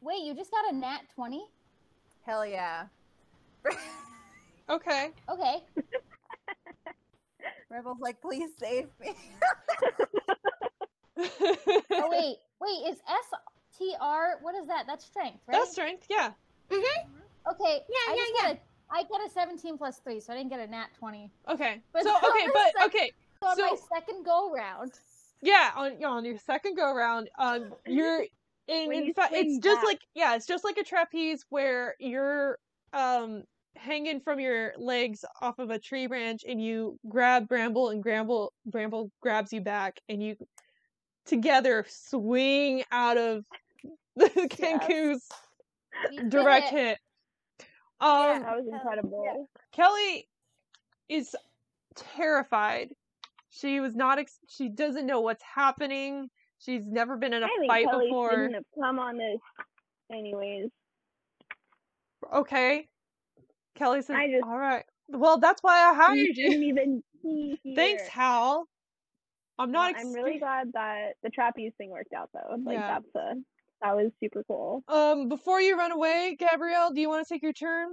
Speaker 2: Wait, you just got a nat twenty?
Speaker 3: Hell yeah.
Speaker 1: okay
Speaker 2: Okay.
Speaker 3: Bramble's like, please save me.
Speaker 2: Oh wait, wait. Is STR? What is that? That's strength, right?
Speaker 1: That's strength, yeah.
Speaker 2: Okay.
Speaker 5: Yeah,
Speaker 2: I
Speaker 5: yeah,
Speaker 2: just got a- I got a 17 plus 3, so I didn't get a nat 20.
Speaker 1: Okay.
Speaker 2: But
Speaker 1: so
Speaker 2: that
Speaker 1: okay,
Speaker 2: was
Speaker 1: but
Speaker 2: such-
Speaker 1: okay,
Speaker 2: So, on my
Speaker 1: So-
Speaker 2: second go round,
Speaker 1: yeah. On on your second go round, um, you're in.
Speaker 4: When
Speaker 1: In
Speaker 4: you
Speaker 1: fact, it's
Speaker 4: swing
Speaker 1: just
Speaker 4: back.
Speaker 1: like yeah, it's just like a trapeze where you're um hanging from your legs off of a tree branch, and you grab Bramble, and Bramble Bramble grabs you back, and you together swing out of the Kenku's
Speaker 2: we did
Speaker 1: direct
Speaker 2: it.
Speaker 1: hit. Um,
Speaker 4: That was incredible.
Speaker 1: Kelly is terrified. She was not. Ex- she doesn't know what's happening. She's never been in a
Speaker 4: I think
Speaker 1: fight
Speaker 4: Kelly
Speaker 1: before.
Speaker 4: shouldn't have come on this. Anyways,
Speaker 1: Okay. Kelly says,
Speaker 4: I just-
Speaker 1: "All right. Well, that's why I hired
Speaker 4: you
Speaker 1: you.
Speaker 4: shouldn't even be here.
Speaker 1: Thanks, Hal. I'm not. Ex-
Speaker 4: Well, I'm really glad that the trapeze thing worked out though. Like
Speaker 1: Yeah.
Speaker 4: that's a that was super cool.
Speaker 1: um. Before you run away, Gabrielle, do you want to take your turn?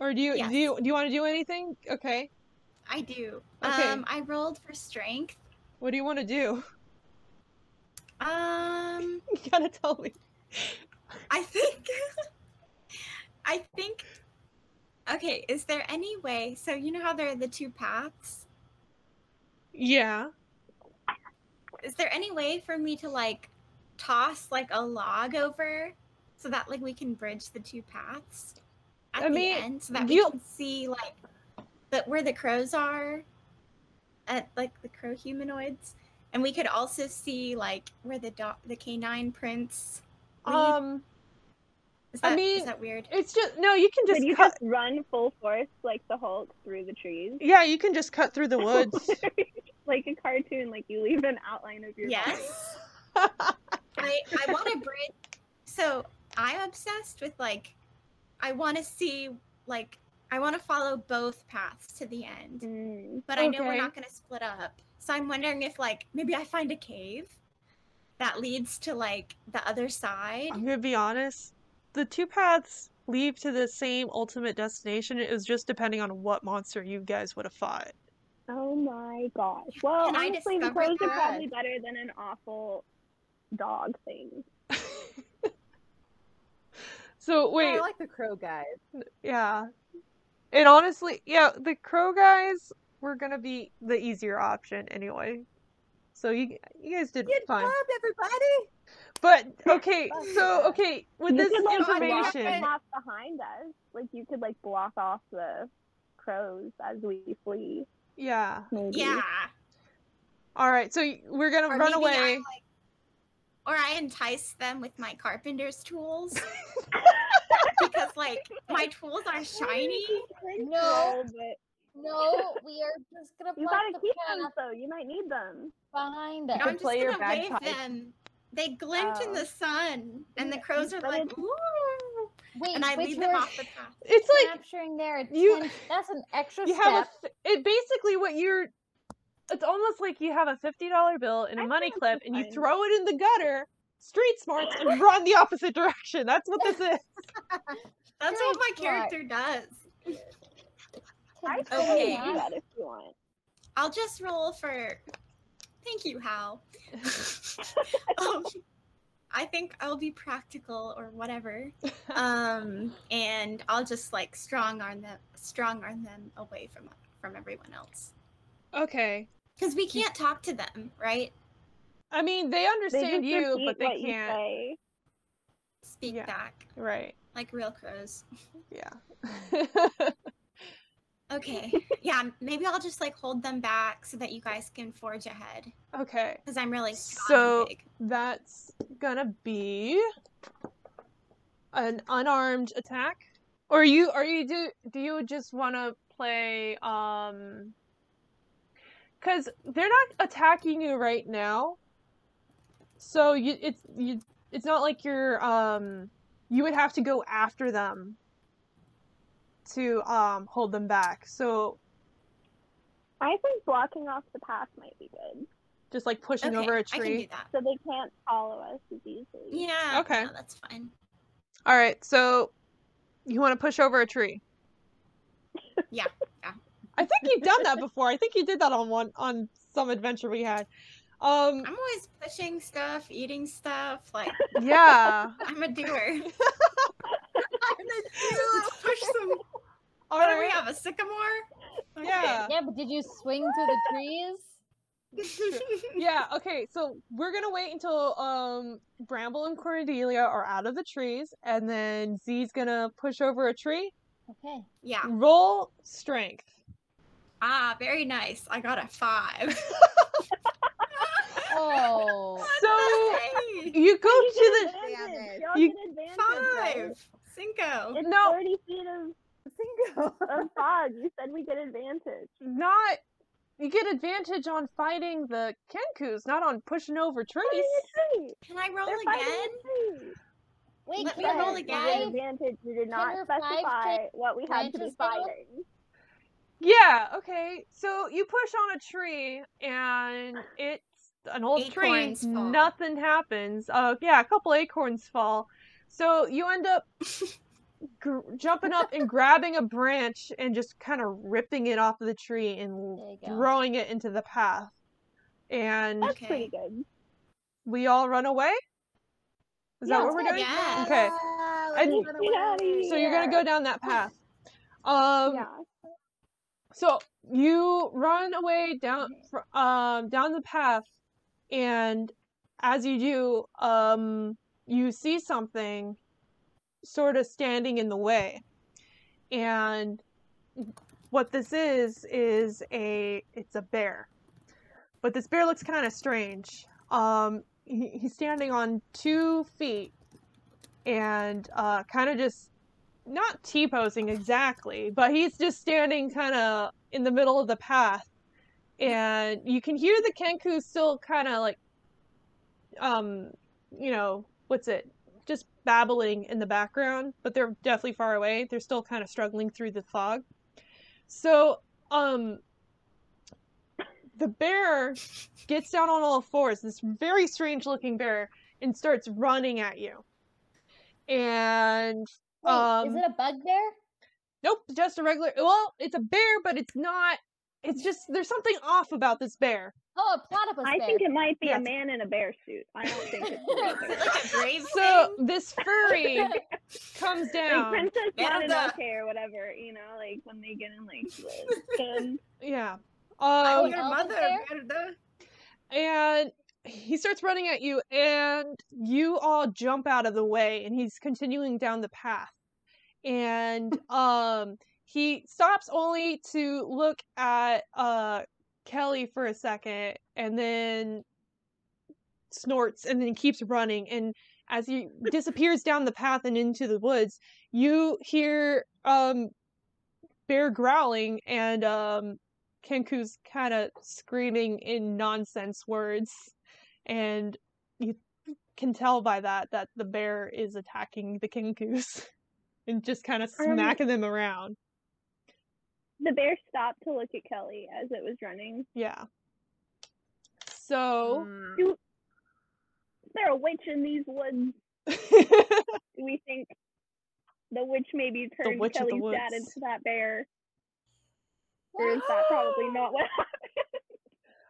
Speaker 1: Or do you
Speaker 5: Yes.
Speaker 1: do you do you want to do anything? Okay.
Speaker 5: I do.
Speaker 1: Okay.
Speaker 5: Um, I rolled for strength.
Speaker 1: What do you want to do?
Speaker 5: Um,
Speaker 1: you gotta tell me.
Speaker 5: I think. I think. Okay, is there any way? So you know how there are the two paths.
Speaker 1: Yeah.
Speaker 5: Is there any way for me to like toss like a log over so that like we can bridge the two paths at
Speaker 1: I mean,
Speaker 5: the end, so that we
Speaker 1: you-
Speaker 5: can see like the where the crows are at like the crow humanoids, and we could also see like where the dog the canine prints. lead?
Speaker 1: Um.
Speaker 5: is
Speaker 1: I
Speaker 5: that,
Speaker 1: mean,
Speaker 5: is that weird?
Speaker 1: It's just no. You can just
Speaker 4: Could you
Speaker 1: cut.
Speaker 4: just run full force like the Hulk through the trees?
Speaker 1: Yeah, you can just cut through the
Speaker 4: Oh
Speaker 1: woods.
Speaker 4: like a cartoon, like you leave an outline of your body.
Speaker 5: Yes. I I want to bridge. So I'm obsessed with like, I want to see like I want to follow both paths to the end,
Speaker 4: Mm.
Speaker 5: but I know we're
Speaker 1: Okay.
Speaker 5: not going to split up. So I'm wondering if like maybe I find a cave that leads to like the other side.
Speaker 1: I'm gonna be honest. The two paths lead to the same ultimate destination. It was just depending on what monster you guys would have fought.
Speaker 4: Oh my gosh. Well,
Speaker 5: Can I
Speaker 4: honestly, the
Speaker 5: discover
Speaker 4: crows are
Speaker 5: that?
Speaker 4: probably better than an awful dog thing.
Speaker 1: So
Speaker 3: Yeah,
Speaker 1: wait,
Speaker 3: I like the crow guys.
Speaker 1: yeah. And honestly, yeah, the crow guys were gonna be the easier option anyway. So you you guys did
Speaker 3: Good
Speaker 1: fine.
Speaker 3: job, everybody.
Speaker 1: But okay,
Speaker 3: Oh,
Speaker 1: so
Speaker 3: yeah.
Speaker 1: okay, with
Speaker 4: you
Speaker 1: this
Speaker 4: could, like, block
Speaker 1: information,
Speaker 4: them off behind us. Like you could like block off the crows as we flee.
Speaker 1: yeah.
Speaker 4: Maybe.
Speaker 5: Yeah.
Speaker 1: All right, so y- we're gonna
Speaker 5: Or
Speaker 1: run
Speaker 5: maybe I,
Speaker 1: away.
Speaker 5: like- or I entice them with my carpenter's tools. because like my tools are shiny.
Speaker 2: No.
Speaker 4: Crow, but
Speaker 2: No, we are just gonna
Speaker 4: you
Speaker 2: park
Speaker 4: gotta
Speaker 2: the
Speaker 4: keep
Speaker 2: path
Speaker 4: them though. You might need them.
Speaker 2: behind
Speaker 5: And I'm
Speaker 2: us.
Speaker 5: just
Speaker 6: play your
Speaker 5: gonna wave
Speaker 6: bagpipe.
Speaker 5: them. They glint in
Speaker 2: Oh.
Speaker 5: the sun, and the crows are
Speaker 4: but
Speaker 5: like,
Speaker 4: it's-
Speaker 5: ooh,
Speaker 2: Wait,
Speaker 5: and I
Speaker 2: which
Speaker 5: lead
Speaker 2: we're
Speaker 5: them off the path.
Speaker 1: It's like
Speaker 2: capturing their
Speaker 1: you-
Speaker 2: attention. That's an extra
Speaker 1: you
Speaker 2: step.
Speaker 1: have a, f- it basically what you're. It's almost like you have a fifty dollar bill and a
Speaker 4: I
Speaker 1: money
Speaker 4: think
Speaker 1: clip,
Speaker 4: it's
Speaker 1: and you
Speaker 4: fine.
Speaker 1: throw it in the gutter. Street smarts and run the opposite direction. That's what this is.
Speaker 5: That's what my
Speaker 2: Great start.
Speaker 5: character does.
Speaker 2: to
Speaker 4: I
Speaker 2: do
Speaker 4: think you
Speaker 5: Okay.
Speaker 4: can do
Speaker 2: that.
Speaker 4: that if you want.
Speaker 5: I'll just roll for. Thank you, Hal. um, I think I'll be practical or whatever, um, and I'll just like strong arm them, strong arm them away from from everyone else
Speaker 1: Okay.
Speaker 5: because we can't talk to them, right?
Speaker 1: I mean, they
Speaker 4: They
Speaker 1: understand
Speaker 4: just
Speaker 1: you,
Speaker 4: repeat
Speaker 1: but they
Speaker 4: what you
Speaker 1: can't.
Speaker 4: say.
Speaker 5: Speak
Speaker 1: Yeah.
Speaker 5: back
Speaker 1: Right.
Speaker 5: like real crows.
Speaker 1: Yeah.
Speaker 5: Okay, yeah, m- maybe I'll just like hold them back so that you guys can forge ahead
Speaker 1: okay.
Speaker 5: because I'm really strong
Speaker 1: So-
Speaker 5: and big.
Speaker 1: That's gonna be an unarmed attack. Or you are you do do you just want to play um cuz they're not attacking you right now. So you it's you it's not like you're um you would have to go after them to um hold them back. So
Speaker 4: I think blocking off the path might be good,
Speaker 1: just like pushing
Speaker 5: Okay,
Speaker 1: over a
Speaker 5: I can do
Speaker 1: tree.
Speaker 5: that.
Speaker 4: so they can't follow us as easily.
Speaker 5: Yeah.
Speaker 1: Okay.
Speaker 5: no, that's fine.
Speaker 1: All right. So you want to push over a tree?
Speaker 5: Yeah, yeah.
Speaker 1: I think you've done that before. I think you did that on one on some adventure we had. Um
Speaker 5: I'm always pushing stuff, eating stuff. Like
Speaker 1: yeah.
Speaker 5: I'm a doer. I'm a doer. Let's push some.
Speaker 1: All
Speaker 5: What do we
Speaker 1: right.
Speaker 5: have? A sycamore? Okay.
Speaker 1: Yeah.
Speaker 2: Yeah, but did you swing through the trees?
Speaker 1: Yeah, okay. So we're going to wait until um Bramble and Cordelia are out of the trees and then Z's going to push over a tree.
Speaker 2: Okay.
Speaker 5: yeah.
Speaker 1: Roll strength.
Speaker 5: Ah, very nice. I got a five.
Speaker 2: Oh.
Speaker 1: So
Speaker 5: Hey,
Speaker 1: you go
Speaker 4: You get
Speaker 1: to
Speaker 4: advantage.
Speaker 3: Damn it.
Speaker 4: Y'all
Speaker 1: You-
Speaker 4: get advantage. right?
Speaker 5: five. Cinco.
Speaker 4: It's
Speaker 1: No.
Speaker 4: 30 feet of,
Speaker 3: Single.
Speaker 4: of fog. You said we get advantage.
Speaker 1: the not you get advantage on fighting the Kenkus, not on pushing over trees.
Speaker 4: Fighting a tree.
Speaker 5: Can I roll
Speaker 4: They're
Speaker 5: again?
Speaker 4: fighting a tree.
Speaker 2: Wait,
Speaker 5: Let me
Speaker 2: can
Speaker 5: roll
Speaker 2: our
Speaker 4: Yes,
Speaker 5: again.
Speaker 4: You
Speaker 2: five-
Speaker 4: get advantage. You did not
Speaker 2: her five
Speaker 4: specify
Speaker 2: take
Speaker 4: what we had to be
Speaker 2: branches down?
Speaker 4: fighting.
Speaker 1: Yeah, okay. So you push on a tree and it's an old
Speaker 5: Acorns
Speaker 1: tree.
Speaker 5: fall.
Speaker 1: Nothing happens. Uh yeah, a couple acorns fall. So you end up gr- jumping up and grabbing a branch and just kind of ripping it off of the tree and
Speaker 2: There you go.
Speaker 1: throwing it into the path. And
Speaker 4: That's
Speaker 5: Okay.
Speaker 4: pretty good.
Speaker 1: we all run away? Is that
Speaker 2: Yeah,
Speaker 1: what we're
Speaker 2: yeah,
Speaker 1: doing?
Speaker 5: yeah.
Speaker 1: Okay.
Speaker 3: let's
Speaker 1: And-
Speaker 3: run
Speaker 4: Get out of
Speaker 3: away.
Speaker 4: here.
Speaker 1: So you're going to
Speaker 4: Yeah. Oh.
Speaker 1: go down that path. Um
Speaker 4: yeah.
Speaker 1: So you run away down fr- um down the path, and as you do, um you see something sort of standing in the way. And what this is is a it's a bear. But this bear looks kind of strange. Um he, he's standing on two feet and uh kind of just not T posing exactly, but he's just standing kind of in the middle of the path, and you can hear the Kenku still kind of like, um, you know, what's it, just babbling in the background, but they're definitely far away. They're still kind of struggling through the fog. So, um, the bear gets down on all fours, this very strange looking bear, and starts running at you. And
Speaker 2: Wait,
Speaker 1: Um,
Speaker 2: is it a bugbear?
Speaker 1: Nope, just a regular. Well, it's a bear, but it's not It's just there's something off about this bear.
Speaker 2: Oh, a platypus
Speaker 4: I
Speaker 2: bear.
Speaker 4: think it might be
Speaker 1: Yes.
Speaker 4: a man in a bear suit. I don't think it's
Speaker 5: Is it like a grave
Speaker 1: So this furry comes
Speaker 4: like
Speaker 1: down.
Speaker 4: Princess
Speaker 5: Man
Speaker 4: not
Speaker 5: of
Speaker 4: an
Speaker 5: the-
Speaker 4: okay or whatever. You know, like when they get in like Um, the pen.
Speaker 1: Yeah.
Speaker 5: I'm
Speaker 1: Um,
Speaker 5: your
Speaker 2: Elvis
Speaker 5: mother,
Speaker 2: there?
Speaker 5: Gerda.
Speaker 1: and he starts running at you, and you all jump out of the way, and he's continuing down the path. And um, he stops only to look at uh, Kelly for a second, and then snorts, and then keeps running. And as he disappears down the path and into the woods, you hear um, bear growling, and um, Kenku's kind of screaming in nonsense words, and you can tell by that that the bear is attacking the Kenkus and just kind of
Speaker 4: Um,
Speaker 1: smacking them around.
Speaker 4: The bear stopped to look at Kelly as it was running.
Speaker 1: Yeah. So
Speaker 3: Mm,
Speaker 4: Is there a witch in these woods?
Speaker 1: the
Speaker 4: Do we think the witch maybe turned
Speaker 1: witch of the
Speaker 4: Kelly's dad
Speaker 1: woods.
Speaker 4: into that bear? Or is that probably not what happened?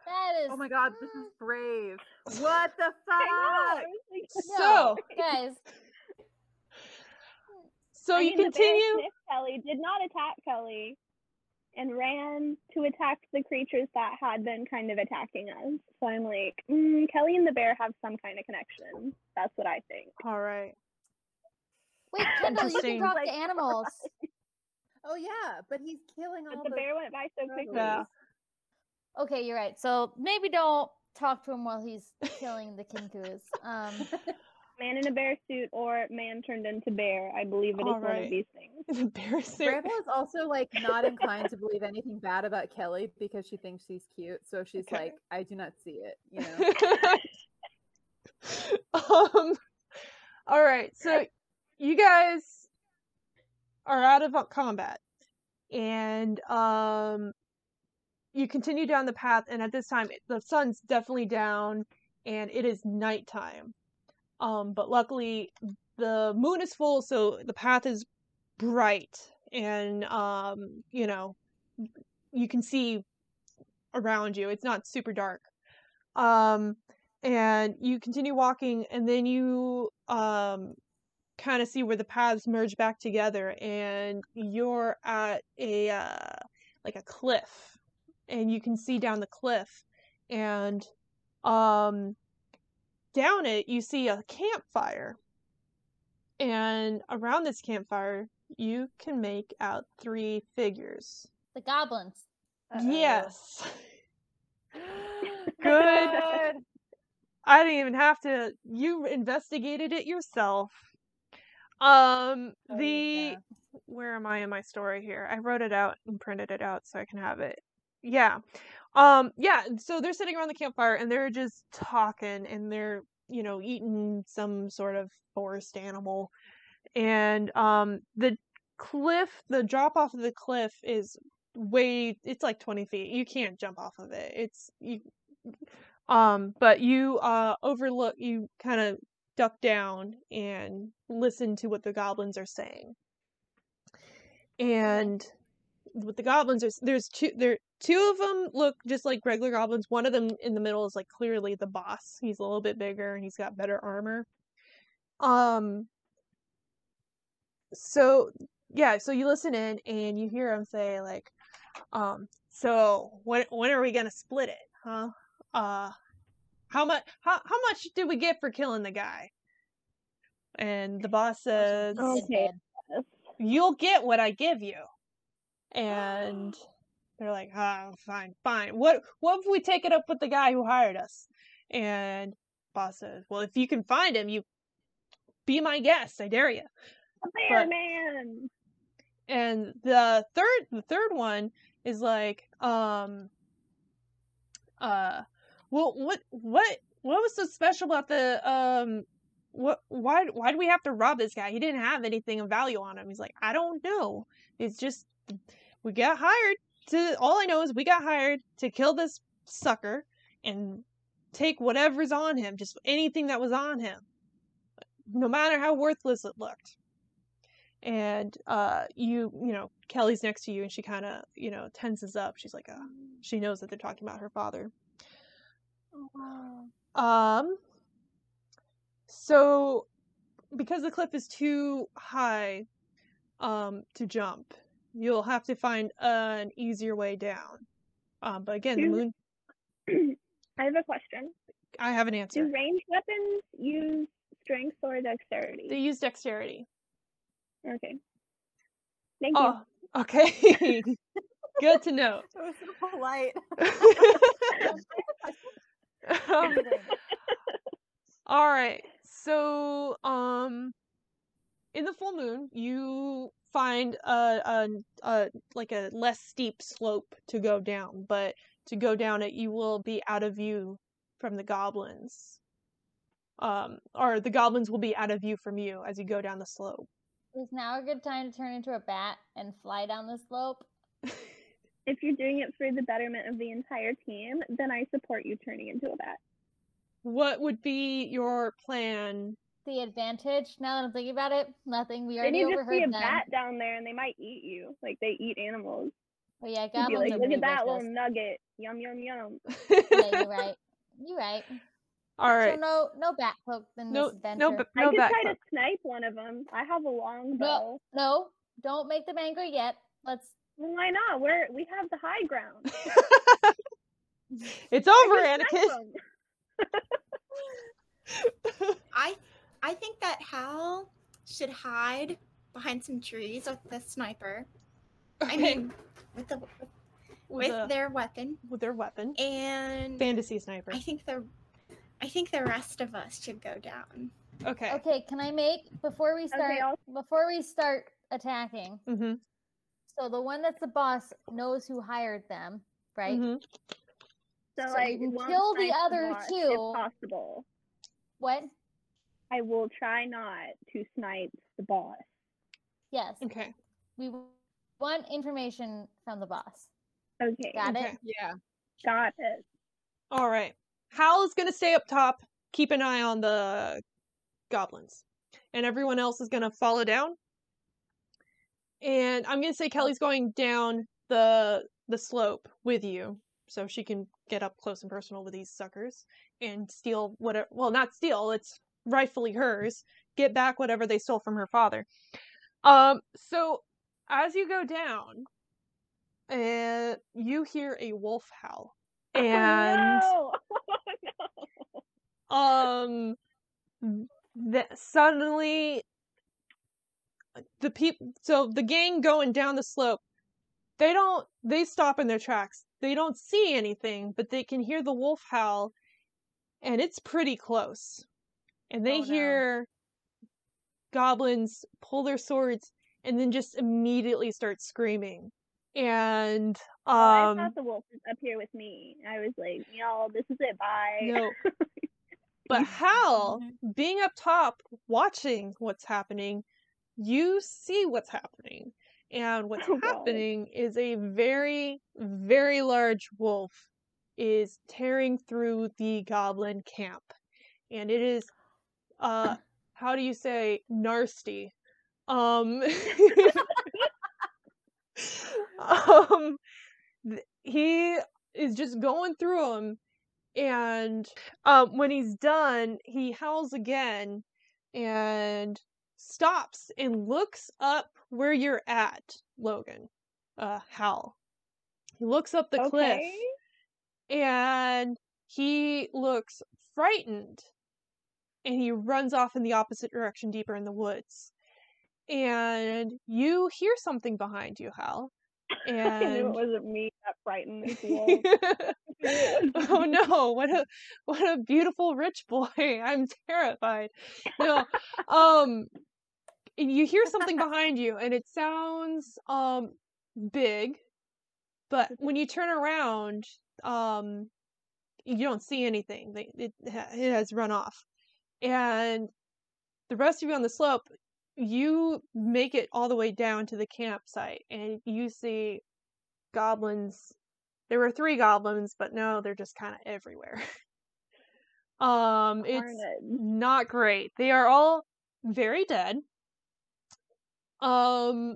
Speaker 2: That is.
Speaker 3: oh my god, this is brave. What the
Speaker 4: I know, I
Speaker 3: fuck?
Speaker 4: was like-
Speaker 1: so
Speaker 2: guys.
Speaker 1: so
Speaker 4: I
Speaker 1: you
Speaker 4: mean, the bear
Speaker 1: continue.
Speaker 4: sniffed Kelly did not attack Kelly, and ran to attack the creatures that had been kind of attacking us. So I'm like, mm, Kelly and the bear have some kind of connection. That's what I think.
Speaker 1: All right.
Speaker 2: Wait, Kendall, you
Speaker 1: Interesting.
Speaker 2: can talk
Speaker 4: Like,
Speaker 2: to animals.
Speaker 3: Oh yeah, but he's killing all
Speaker 4: But the bear went by so quickly.
Speaker 1: Yeah.
Speaker 2: Okay, you're right. So maybe don't talk to him while he's killing the kinkus. Um,
Speaker 4: Man in a bear suit or man turned into bear. I believe it is
Speaker 1: All
Speaker 4: one
Speaker 1: right.
Speaker 4: of these things.
Speaker 1: The bear sniff-
Speaker 3: Bramble is also like not inclined to believe anything bad about Kelly because she thinks she's cute. So she's
Speaker 1: Okay.
Speaker 3: like, I do not see it. You know.
Speaker 1: um, all right, so you guys are out of combat, and um, you continue down the path, and at this time, the sun's definitely down, and it is nighttime. Um, but luckily, the moon is full, so the path is bright, and um, you know, you can see around you. It's not super dark. Um, and you continue walking and then you um kind of see where the paths merge back together and you're at a uh like a cliff and you can see down the cliff and um down it you see a campfire and around this campfire you can make out three figures
Speaker 2: the goblins.
Speaker 1: yes
Speaker 3: Good.
Speaker 1: I didn't even have to. You investigated it yourself. Um,
Speaker 3: Oh,
Speaker 1: the
Speaker 3: yeah.
Speaker 1: where am I in my story here? I wrote it out and printed it out so I can have it. Yeah, um, yeah. and So they're sitting around the campfire and they're just talking and they're you know eating some sort of forest animal, and um, the cliff, the drop off of the cliff is way. It's like twenty feet. You can't jump off of it. It's you. Um, but you uh overlook. You kind of duck down and listen to what the goblins are saying and with the goblins there's, there's two there two of them look just like regular goblins one of them in the middle is like clearly the boss he's a little bit bigger and he's got better armor um so yeah so you listen in and you hear him say like um so when when are we gonna split it huh uh how much how, how much did we get for killing the guy and the boss says
Speaker 4: Oh, Okay.
Speaker 1: you'll get what I give you. And they're like, oh, fine, fine. What what if we take it up with the guy who hired us? And boss says, well, if you can find him, you be my guest. I dare you.
Speaker 4: A bear
Speaker 1: But-
Speaker 4: man.
Speaker 1: And the third the third one is like, um, uh, well, what what what was so special about the um. What? Why? Why do we have to rob this guy? He didn't have anything of value on him. He's like, I don't know. It's just we got hired to all I know is we got hired to kill this sucker and take whatever's on him, just anything that was on him. No matter how worthless it looked. And uh you you know, Kelly's next to you and she kinda, you know, tenses up. She's like, uh, she knows that they're talking about her father. Um, so because the cliff is too high um, to jump, you'll have to find an easier way down. Um, but again, the
Speaker 4: Do-
Speaker 1: moon.
Speaker 4: I have a question.
Speaker 1: I have an
Speaker 4: Do
Speaker 1: answer.
Speaker 4: ranged weapons use strength or dexterity?
Speaker 1: They use dexterity.
Speaker 4: Okay. Thank
Speaker 1: Oh, okay. Good to know.
Speaker 3: It was so polite.
Speaker 1: Um, all right. So, um, in the full moon, you find a, a, a like a less steep slope to go down, but to go down it, you will be out of view from the goblins. Um, or the goblins will be out of view from you as you go down the slope.
Speaker 2: Is now a good time to turn into a bat and fly down the slope?
Speaker 4: you. If you're doing it for the betterment of the entire team, then I support you turning into a bat.
Speaker 1: What would be your plan?
Speaker 2: The advantage, now that I'm thinking about it, nothing. We
Speaker 4: They
Speaker 2: already
Speaker 4: may just be
Speaker 2: overheard
Speaker 4: a
Speaker 2: them.
Speaker 4: bat down there and they might eat you. Like they eat animals.
Speaker 2: But yeah,
Speaker 4: You'd be
Speaker 2: goblins
Speaker 4: like,
Speaker 2: are
Speaker 4: look
Speaker 2: pretty
Speaker 4: at that
Speaker 2: ruthless.
Speaker 4: little nugget. Yum yum yum.
Speaker 2: yeah, you're right. You're right.
Speaker 1: all right.
Speaker 2: So no, no bat cloak in
Speaker 1: No,
Speaker 2: this adventure.
Speaker 1: no, ba-
Speaker 4: I
Speaker 1: no
Speaker 4: could
Speaker 1: back.
Speaker 4: try to snipe one of them. I have a long bow.
Speaker 2: No, no, don't make them angry yet. Let's.
Speaker 4: Well, why not? We're we have the high ground.
Speaker 1: it's over,
Speaker 4: I could snipe
Speaker 1: Anakin.
Speaker 4: 'em.
Speaker 5: I I think that Hal should hide behind some trees with the sniper. I mean, with the
Speaker 1: with,
Speaker 5: with
Speaker 1: a-
Speaker 5: their weapon,
Speaker 1: with their weapon,
Speaker 5: and
Speaker 1: fantasy sniper.
Speaker 5: I think the I think the rest of us should go down.
Speaker 1: Okay.
Speaker 2: Okay, can I make before we start?
Speaker 4: Okay, I'll
Speaker 2: Before we start attacking,
Speaker 1: Mm-hmm.
Speaker 2: so the one that's the boss knows who hired them, right?
Speaker 4: Mm-hmm.
Speaker 1: hmm
Speaker 4: so,
Speaker 2: So
Speaker 4: I
Speaker 2: you can
Speaker 4: won't
Speaker 2: kill the
Speaker 4: snipe
Speaker 2: other
Speaker 4: watch
Speaker 2: two.
Speaker 4: if possible.
Speaker 2: What?
Speaker 4: I will try not to snipe the boss.
Speaker 2: Yes,
Speaker 1: Okay.
Speaker 2: we w- want information from the boss.
Speaker 4: Okay.
Speaker 2: Got
Speaker 1: okay.
Speaker 2: it?
Speaker 6: Yeah.
Speaker 4: Got it.
Speaker 1: All right. Hal is going to stay up top, keep an eye on the goblins, and everyone else is going to follow down. And I'm going to say Kelly's going down the the slope with you, so she can get up close and personal with these suckers and steal whatever. Well, not steal. It's rightfully hers. Get back whatever they stole from her father. Um. So as you go down, and you hear a wolf howl. And
Speaker 4: oh, no. Oh, no.
Speaker 1: um th- suddenly the people so the gang going down the slope they don't they stop in their tracks they don't see anything but they can hear the wolf howl and it's pretty close and they
Speaker 3: Oh, no.
Speaker 1: hear goblins pull their swords and then just immediately start screaming and
Speaker 4: Oh, I
Speaker 1: um
Speaker 4: thought the wolf was up here with me. I was like, y'all, this is it. Bye.
Speaker 1: No. But Hal, being up top, watching what's happening, you see what's happening. And what's
Speaker 4: Oh, God.
Speaker 1: happening is a very, very large wolf is tearing through the goblin camp. And it is, uh, how do you say, nasty. Um, um, th- he is just going through them and um, when he's done, he howls again and stops and looks up where you're at, Logan. Uh, Hal. He looks up the cliff
Speaker 4: Okay.
Speaker 1: and he looks frightened and he runs off in the opposite direction deeper in the woods. And you hear something behind you, Hal.
Speaker 4: I knew it
Speaker 1: And
Speaker 4: wasn't me that frightened this wolf. It was
Speaker 1: oh
Speaker 4: me.
Speaker 1: no what a what a beautiful rich boy i'm terrified no um and you hear something behind you and it sounds um big but when you turn around um you don't see anything They- it, ha- it has run off and the rest of you on the slope you make it all the way down to the campsite and you see goblins there were three goblins, but no, they're just kind of everywhere. um, it's
Speaker 4: Darn
Speaker 1: not great. They are all very dead. Um,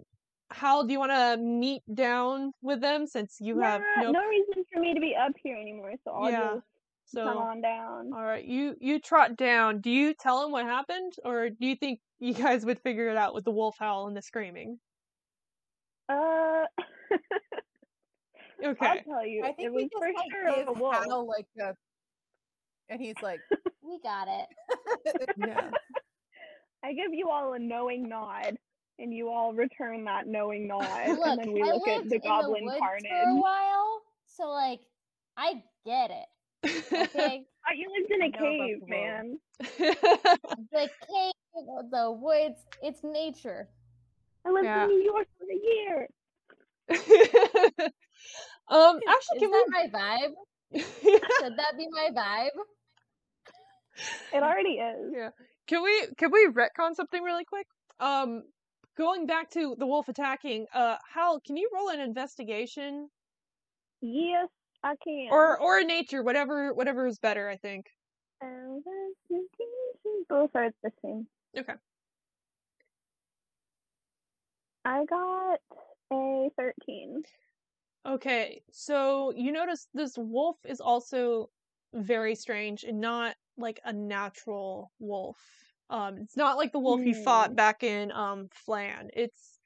Speaker 1: Hal, do you want to meet down with them since you have
Speaker 4: Yeah,
Speaker 1: no?
Speaker 4: no reason for me to be up here anymore, so I'll
Speaker 1: Yeah,
Speaker 4: just come
Speaker 1: so
Speaker 4: on down.
Speaker 1: all right, you you trot down. Do you tell him what happened, or do you think you guys would figure it out with the wolf howl and the screaming?
Speaker 4: Uh, I'll
Speaker 1: Okay,
Speaker 4: tell you.
Speaker 3: I
Speaker 4: it
Speaker 3: think we
Speaker 4: was
Speaker 3: just
Speaker 4: for
Speaker 3: like
Speaker 4: sure
Speaker 3: give
Speaker 4: a wolf.
Speaker 3: Hal like a, and he's like,
Speaker 2: We got it.
Speaker 1: yeah,
Speaker 4: I give you all a knowing nod, and you all return that knowing nod, and
Speaker 2: Look,
Speaker 4: then we
Speaker 2: I
Speaker 4: look
Speaker 2: lived
Speaker 4: at the
Speaker 2: in the
Speaker 4: goblin
Speaker 2: woods for a
Speaker 4: carnage.
Speaker 2: while, so like I get it. Okay,
Speaker 4: Oh, you lived in a
Speaker 3: know about the
Speaker 4: cave,
Speaker 3: world.
Speaker 4: man.
Speaker 2: the cave, the woods, it's nature.
Speaker 4: I lived
Speaker 1: Yeah.
Speaker 4: in New York for a year.
Speaker 1: um, actually,
Speaker 2: Is
Speaker 1: can
Speaker 2: that
Speaker 1: we?
Speaker 2: my vibe? Should that be my vibe?
Speaker 4: It already is.
Speaker 1: Yeah. Can we can we retcon something really quick? Um going back to the wolf attacking, uh Hal, can you roll an investigation?
Speaker 4: Yes, I can.
Speaker 1: Or or a nature, whatever whatever is better, I think.
Speaker 4: And then you can- both are the same.
Speaker 1: Okay.
Speaker 4: I got a thirteen.
Speaker 1: Okay. So you notice this wolf is also very strange and not like a natural wolf. Um it's not like the wolf you fought back in um Flan. It's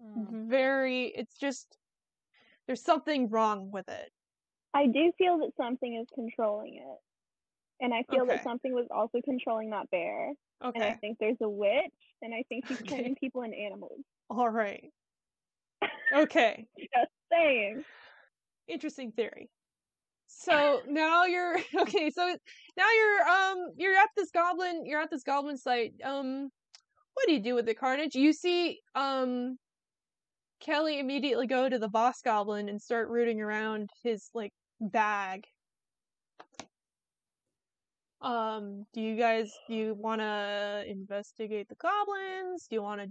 Speaker 3: "Hmm,
Speaker 1: very it's just there's something wrong with it.
Speaker 4: I do feel that something is controlling it, and I feel
Speaker 1: Okay.
Speaker 4: that something was also controlling that bear. And I
Speaker 1: Okay.
Speaker 4: think there's a witch, and I think she's
Speaker 1: Okay.
Speaker 4: turning people into animals.
Speaker 1: All right. Okay.
Speaker 4: Just saying.
Speaker 1: interesting theory. So now you're okay. So now you're um you're at this goblin. You're at this goblin site. Um, what do you do with the carnage? You see um Kelly immediately go to the boss goblin and start rooting around his like bag. Um, do you guys do you want to investigate the goblins? Do you want to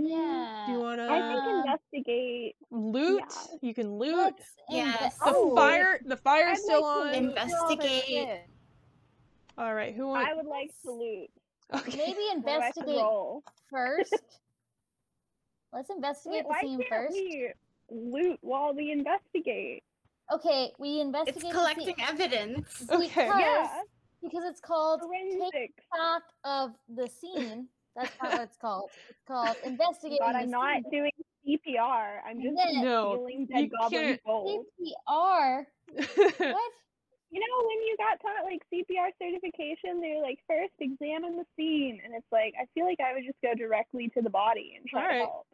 Speaker 2: Yeah.
Speaker 1: do you want
Speaker 4: I think
Speaker 2: Uh,
Speaker 1: to
Speaker 4: investigate.
Speaker 1: loot?
Speaker 4: yeah.
Speaker 1: You can loot.
Speaker 2: Let's
Speaker 5: Yes.
Speaker 1: The
Speaker 2: oh,
Speaker 1: fire the fire's
Speaker 3: I'd
Speaker 1: still
Speaker 3: like
Speaker 1: on.
Speaker 3: to loot through all their
Speaker 5: Investigate.
Speaker 3: shit."
Speaker 1: All right, who wants?
Speaker 4: I would like to loot.
Speaker 1: Okay.
Speaker 2: Maybe
Speaker 4: What do I have to
Speaker 2: investigate
Speaker 4: roll?
Speaker 2: first. Let's
Speaker 4: Wait,
Speaker 2: investigate
Speaker 4: why
Speaker 2: the scene
Speaker 4: can't
Speaker 2: first.
Speaker 4: we loot while we investigate?
Speaker 2: Okay, we investigate.
Speaker 5: It's
Speaker 2: the
Speaker 5: collecting
Speaker 2: scene
Speaker 5: evidence.
Speaker 1: Okay.
Speaker 2: Because,
Speaker 4: Yeah.
Speaker 2: because it's called take
Speaker 4: Forensics.
Speaker 2: stock of the scene. That's not what it's called. It's called investigating
Speaker 4: God,
Speaker 2: the
Speaker 4: I'm not
Speaker 2: scene.
Speaker 4: doing CPR. I'm just
Speaker 2: Then
Speaker 1: No,
Speaker 4: stealing dead
Speaker 1: you
Speaker 4: goblin
Speaker 1: can't.
Speaker 4: gold.
Speaker 2: CPR. What?
Speaker 4: You know, when you got taught like CPR certification, they're like, first examine the scene, and it's like, I feel like I would just go directly to the body and try
Speaker 1: Alright.
Speaker 4: to help.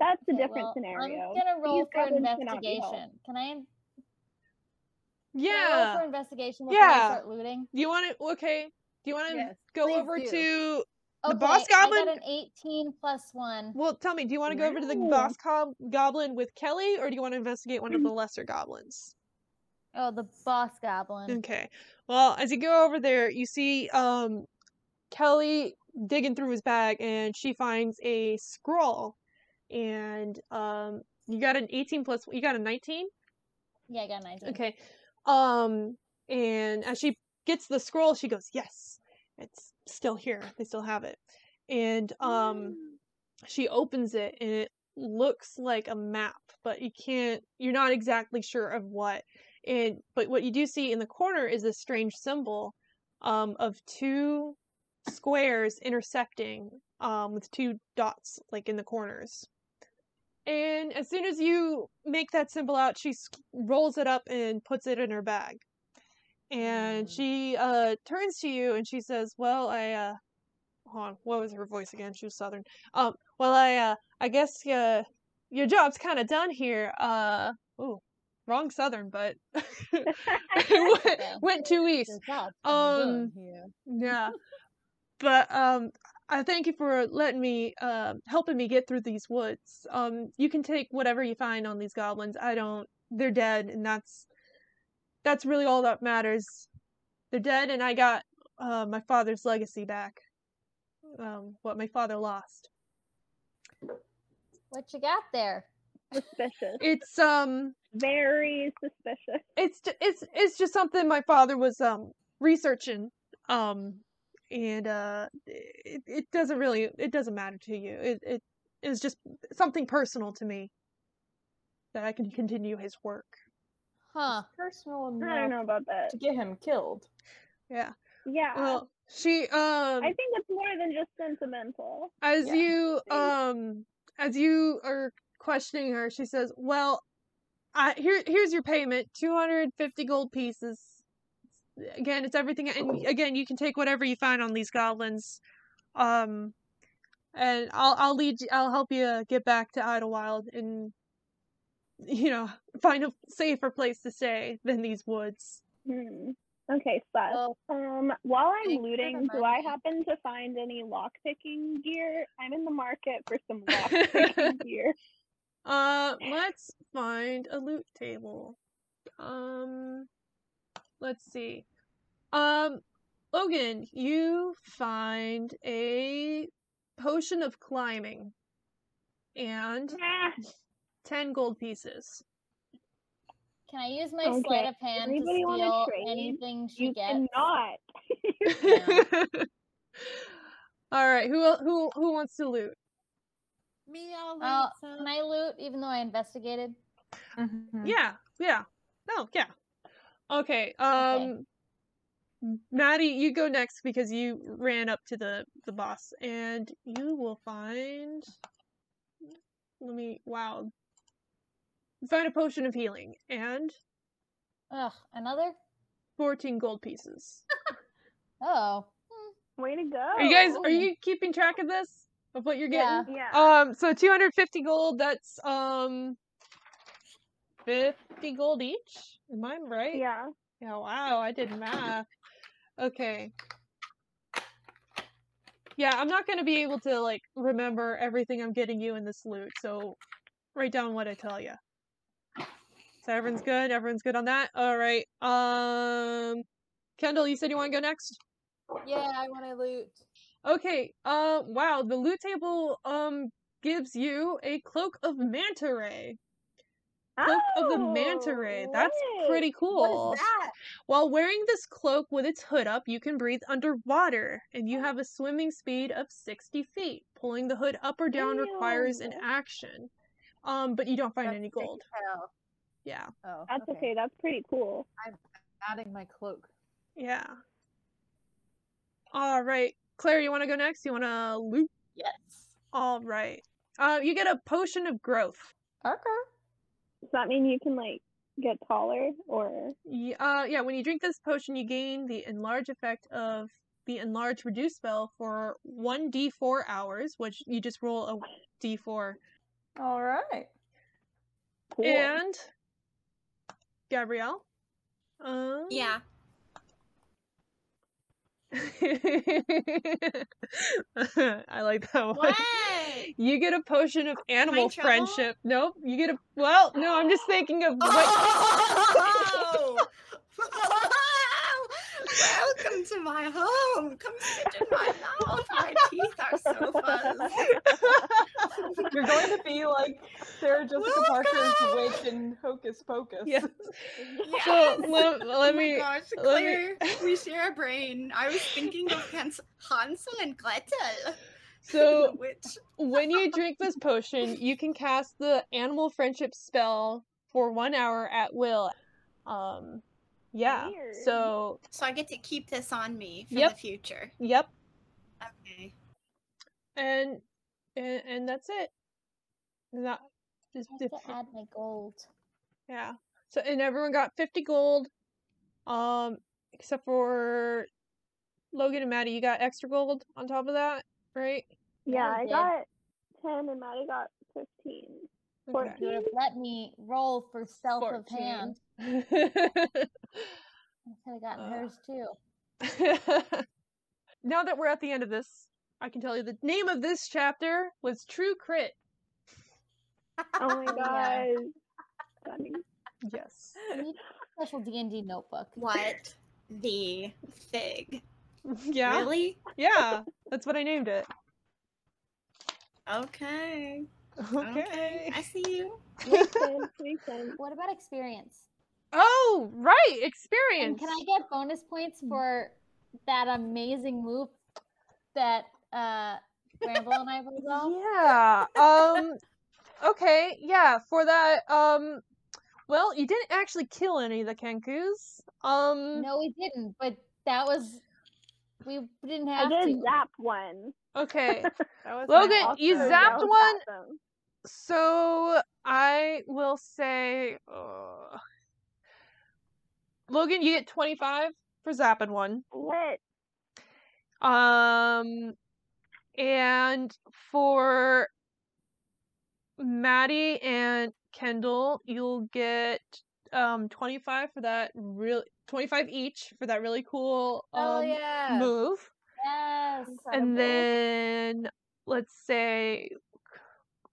Speaker 4: That's a
Speaker 2: Okay,
Speaker 4: different
Speaker 2: well,
Speaker 4: scenario.
Speaker 2: I'm gonna roll
Speaker 4: These
Speaker 2: for
Speaker 4: goblins cannot be helped.
Speaker 2: investigation. Can I? Can I roll
Speaker 1: yeah.
Speaker 2: for investigation before I
Speaker 1: Yeah.
Speaker 2: start looting?
Speaker 1: Do you want to? Okay. Do you want to
Speaker 3: Yes,
Speaker 1: go
Speaker 3: please
Speaker 1: over
Speaker 3: do.
Speaker 1: to?
Speaker 2: Okay,
Speaker 1: The boss
Speaker 2: I got
Speaker 1: goblin-
Speaker 2: an 18 plus one.
Speaker 1: Well, tell me. Do you want to go over to the
Speaker 4: Wow.
Speaker 1: boss cob- goblin with Kelly, or do you want to investigate one of
Speaker 4: Mm.
Speaker 1: the lesser goblins?
Speaker 2: Oh, the boss
Speaker 4: Mm.
Speaker 2: goblin.
Speaker 1: Okay. Well, as you go over there, you see um Kelly digging through his bag, and she finds a scroll, and um you got an eighteen plus. You got a nineteen.
Speaker 2: Yeah, I got an 19.
Speaker 1: Okay. Um, and as she gets the scroll, she goes, "Yes, it's still here. They still have it." And
Speaker 4: Mm.
Speaker 1: um, she opens it, and it looks like a map, but you can't. You're not exactly sure of what. And but what you do see in the corner is this strange symbol, um, of two squares intersecting, um, with two dots like in the corners. And as soon as you make that symbol out, she s- rolls it up and puts it in her bag. And
Speaker 3: Mm.
Speaker 1: she uh, turns to you and she says, "Well, I uh, hold on. What was her voice again? She was southern. Um, well, I uh, I guess uh, your job's kind of done here. Uh, ooh, wrong southern, but went, went too east.
Speaker 3: Your job's
Speaker 1: Um,
Speaker 3: done here."
Speaker 1: Yeah. But um I thank you for letting me uh helping me get through these woods. Um you can take whatever you find on these goblins. I don't they're dead and that's that's really all that matters. They're dead and I got uh my father's legacy back. Um what my father lost.
Speaker 2: What you got there?
Speaker 4: Suspicious.
Speaker 1: It's um
Speaker 4: Very suspicious.
Speaker 1: it's ju- it's it's just something my father was um researching um and uh it, it doesn't really it doesn't matter to you it it It was just something personal to me that I can continue his work.
Speaker 2: Huh.
Speaker 6: Personal
Speaker 4: I don't know
Speaker 6: enough
Speaker 4: about that.
Speaker 6: to get him killed.
Speaker 1: Yeah.
Speaker 4: Yeah.
Speaker 1: Well, she um
Speaker 4: I think it's more than just sentimental.
Speaker 1: as
Speaker 6: Yeah.
Speaker 1: you
Speaker 4: Thank-
Speaker 1: um as you are questioning her she says well i here here's your payment 250 gold pieces again it's everything and again you can take whatever you find on these goblins um and i'll i'll lead you i'll help you get back to idlewild and you know find a safer place to stay than these woods
Speaker 4: Hmm. Okay, sus.
Speaker 3: Well,
Speaker 4: Um, while I'm
Speaker 2: thanks for
Speaker 4: looting, do I
Speaker 2: reminding me.
Speaker 4: happen to find any lockpicking gear? I'm in the market for some lockpicking gear.
Speaker 1: Uh, let's find a loot table. Um, let's see. Um, Logan, you find a potion of climbing and
Speaker 4: Ah,
Speaker 1: 10 gold pieces.
Speaker 2: Can I use my
Speaker 4: Okay,
Speaker 2: sleight of hand to
Speaker 4: anybody wanna
Speaker 2: steal
Speaker 4: trade?
Speaker 2: anything she
Speaker 4: you
Speaker 2: gets?
Speaker 4: cannot.
Speaker 1: All right, who el- who who wants to loot?
Speaker 3: me, I'll
Speaker 2: Oh,
Speaker 3: leave some.
Speaker 2: can I loot even though I investigated?
Speaker 4: Mm-hmm.
Speaker 3: Mm-hmm.
Speaker 6: Mhm.
Speaker 1: Yeah, yeah. No, yeah. Okay.
Speaker 2: Okay.
Speaker 1: Um Maddie, you go next because you ran up to the the boss and you will find let me wow. You find a potion of healing and
Speaker 2: Ugh, another?
Speaker 1: 14 gold pieces.
Speaker 2: Oh. Hmm.
Speaker 4: Way to go. Oh,
Speaker 1: Are you guys are you keeping track of this? Of what you're getting?
Speaker 2: Yeah.
Speaker 4: Yeah.
Speaker 1: Um so 250 gold that's um 50 gold each. Am I right?
Speaker 4: yeah.
Speaker 1: Yeah, wow, I did math. Okay. Yeah, I'm not going to be able to like remember everything I'm getting you in this loot, so write down what I tell you. So everyone's good. Everyone's good on that. All right. Um Kendall, you said you want to go next?
Speaker 3: Yeah, I want to loot.
Speaker 1: Okay. Uh wow, the loot table um gives you a cloak of manta ray. Cloak of the manta ray.
Speaker 4: Oh,
Speaker 1: That's
Speaker 4: lit.
Speaker 1: pretty cool.
Speaker 3: What is that?
Speaker 1: While wearing this cloak with its hood up, you can breathe underwater, and you have a swimming speed of 60 feet. Pulling the hood up or down requires an
Speaker 4: Ew.
Speaker 1: action, um, but you don't find
Speaker 3: That's
Speaker 1: any
Speaker 3: sick as
Speaker 1: gold.
Speaker 3: hell.
Speaker 1: Yeah,
Speaker 3: Oh,
Speaker 4: That's okay. That's pretty cool.
Speaker 3: Adding my cloak.
Speaker 1: yeah. All right, Claire, you want to go next? You want to loop?
Speaker 2: Yes.
Speaker 1: All right. Uh, you get a potion of growth.
Speaker 6: Okay.
Speaker 4: Does that mean you can like get taller or?
Speaker 1: Y- uh, yeah, when you drink this potion, you gain the enlarge effect of the enlarge reduce spell for 1d4 hours, which you just roll a d4
Speaker 6: All right.
Speaker 4: Cool.
Speaker 1: And Gabrielle. Um,
Speaker 5: Yeah.
Speaker 1: I like that one.
Speaker 5: What?
Speaker 1: You get a potion of animal
Speaker 5: in trouble?
Speaker 1: friendship. Nope. You get a well. No, I'm just thinking of what.
Speaker 5: Oh! Welcome to my home. Come sit in my mouth. My teeth are so fuzzy.
Speaker 6: You're going to be like Sarah Jessica Parker's
Speaker 5: Welcome!
Speaker 6: witch in Hocus Pocus.
Speaker 1: Yeah.
Speaker 5: Yes.
Speaker 1: So let,
Speaker 5: Oh
Speaker 1: let me.
Speaker 5: my gosh,
Speaker 1: let me-
Speaker 5: Claire, we share a brain. I was thinking of Hans- Hansel and Gretel.
Speaker 1: So
Speaker 5: which
Speaker 1: when you drink this potion, you can cast the animal friendship spell for one hour at will. Um, yeah.
Speaker 4: Weird.
Speaker 1: So
Speaker 5: so I get to keep this on me for
Speaker 1: Yep.
Speaker 5: the future.
Speaker 1: yep,
Speaker 5: Okay.
Speaker 1: and and, and that's it. And that is
Speaker 2: I
Speaker 1: if-
Speaker 2: have to add my gold.
Speaker 1: Yeah. So and everyone got fifty gold. Um, except for Logan and Maddie, you got extra gold on top of that, right?
Speaker 4: yeah,
Speaker 2: we
Speaker 4: I
Speaker 2: did.
Speaker 4: got ten and Maddie got fifteen.
Speaker 1: Okay.
Speaker 2: You would have let me roll for self of hand. I could have gotten
Speaker 1: Ugh.
Speaker 2: hers too.
Speaker 1: now that we're at the end of this, I can tell you the name of this chapter was True Crit.
Speaker 4: Oh
Speaker 2: Yeah.
Speaker 4: my god. Funny.
Speaker 1: Yes.
Speaker 2: We need a special D and D notebook.
Speaker 5: What the fig?
Speaker 1: Yeah.
Speaker 5: Really?
Speaker 1: Yeah. That's what I named it.
Speaker 5: Okay.
Speaker 1: Okay.
Speaker 5: I see you.
Speaker 4: Makes sense. Makes sense.
Speaker 2: What about experience?
Speaker 1: Oh, right.
Speaker 2: And
Speaker 1: Experience.
Speaker 2: can I get
Speaker 4: Hmm.
Speaker 2: bonus points for that amazing move that uh Bramble and I will go.
Speaker 1: Yeah. Um okay, yeah, for that um well, you didn't actually kill any of the Kenkus. Um
Speaker 2: No, we didn't. But that was we didn't
Speaker 4: I
Speaker 2: have
Speaker 4: did
Speaker 2: to.
Speaker 4: zap one.
Speaker 1: okay.
Speaker 3: That was
Speaker 1: Logan,
Speaker 3: my-
Speaker 1: you
Speaker 4: So
Speaker 3: also-
Speaker 1: zapped
Speaker 4: don't
Speaker 1: one?
Speaker 4: zap them.
Speaker 1: So I will say uh, Logan, you get 25 for zapping one.
Speaker 4: Lit.
Speaker 1: Um, and for Maddie and Kendall, you'll get um 25 for that real 25 each for that really cool um
Speaker 3: Hell yeah.
Speaker 1: move.
Speaker 2: Yes.
Speaker 1: And
Speaker 4: Incredible.
Speaker 1: then let's say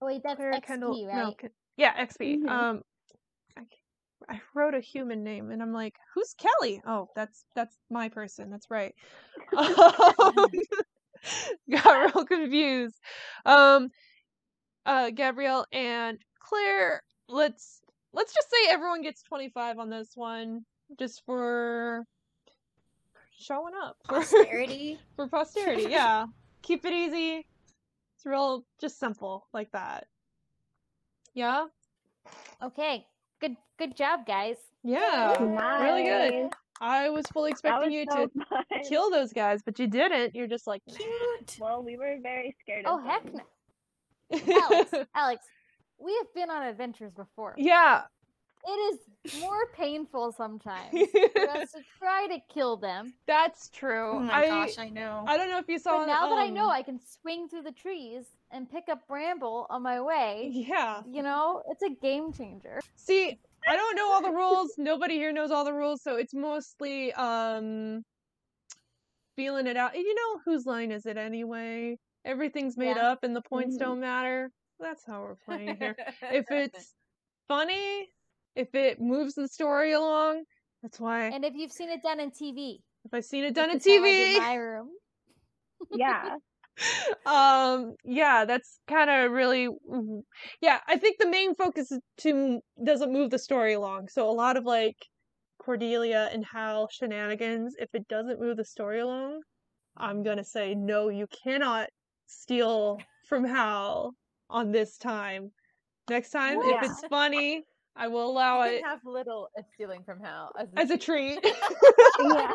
Speaker 2: Oh, wait, that's
Speaker 1: Claire
Speaker 2: XP,
Speaker 1: Kendall. No,
Speaker 2: right? Mm-hmm.
Speaker 1: Ken- yeah, XP.
Speaker 4: Mhm.
Speaker 1: Um, I, c- I wrote a human name, and I'm like, who's Kelly? Oh, that's that's my person. That's right. Um, got real confused. Um, uh, Gabrielle and Claire. Let's let's just say everyone gets 25 on this one, just for showing up for
Speaker 5: Posterity.
Speaker 1: for posterity. Yeah, keep it easy. It's real, just simple like that. Yeah,
Speaker 2: Okay. Good. Good job, guys.
Speaker 1: yeah. Really good.
Speaker 4: Nice.
Speaker 1: I was fully
Speaker 4: That was
Speaker 1: expecting you
Speaker 4: so
Speaker 1: to
Speaker 4: fun.
Speaker 1: kill those guys, but you didn't. You're just like,
Speaker 5: Cute.
Speaker 4: Well, we were very scared.
Speaker 2: Oh
Speaker 4: of
Speaker 2: heck
Speaker 4: them.
Speaker 2: no, Alex. Alex, we have been on adventures before.
Speaker 1: yeah.
Speaker 2: It is more painful sometimes for us to try to kill them.
Speaker 1: That's true.
Speaker 5: Oh my
Speaker 1: I
Speaker 5: gosh, I know.
Speaker 1: I don't know if you saw.
Speaker 2: But now that I know
Speaker 1: um,
Speaker 2: I can swing through the trees and pick up Bramble on my way,
Speaker 1: Yeah.
Speaker 2: you know, it's a game changer.
Speaker 1: See, I don't know all the rules. Nobody here knows all the rules, so it's mostly um feeling it out. And You know whose line is it anyway? Everything's made
Speaker 2: Yeah. Mm-hmm.
Speaker 1: up and the points
Speaker 4: Mhm.
Speaker 1: don't matter. That's how we're playing here. if it's funny, if it moves the story along, that's why
Speaker 2: And if you've seen it done in TV,
Speaker 1: if I've seen it done in
Speaker 2: which is how I did
Speaker 1: TV,
Speaker 2: my room.
Speaker 4: Yeah.
Speaker 1: um yeah that's kind of really w- yeah i think the main focus is to doesn't move the story along so a lot of like cordelia and hal shenanigans if it doesn't move the story along i'm gonna say no you cannot steal from hal on this time next time
Speaker 4: Yeah.
Speaker 1: if it's funny i will allow
Speaker 3: I
Speaker 1: it
Speaker 3: can have little as stealing from Hal as
Speaker 1: as a treat
Speaker 4: yeah.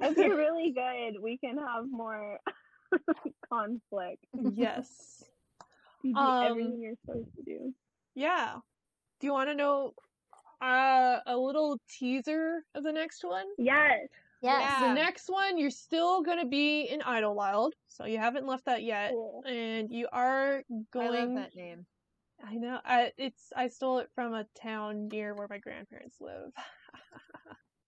Speaker 4: If you're really good, we can have more conflict.
Speaker 1: yes
Speaker 4: You do
Speaker 1: Um,
Speaker 4: everything you're supposed to do.
Speaker 1: Yeah. Do you want to know uh, a little teaser of the next one?
Speaker 4: Yes.
Speaker 2: Yes.
Speaker 1: The
Speaker 6: Yeah.
Speaker 1: next one, you're still going to be in Idlewild, so you haven't left that yet.
Speaker 4: Cool.
Speaker 1: And you are
Speaker 3: I love
Speaker 1: going.
Speaker 3: that name.
Speaker 1: I know. I, it's I stole it from a town near where my grandparents live.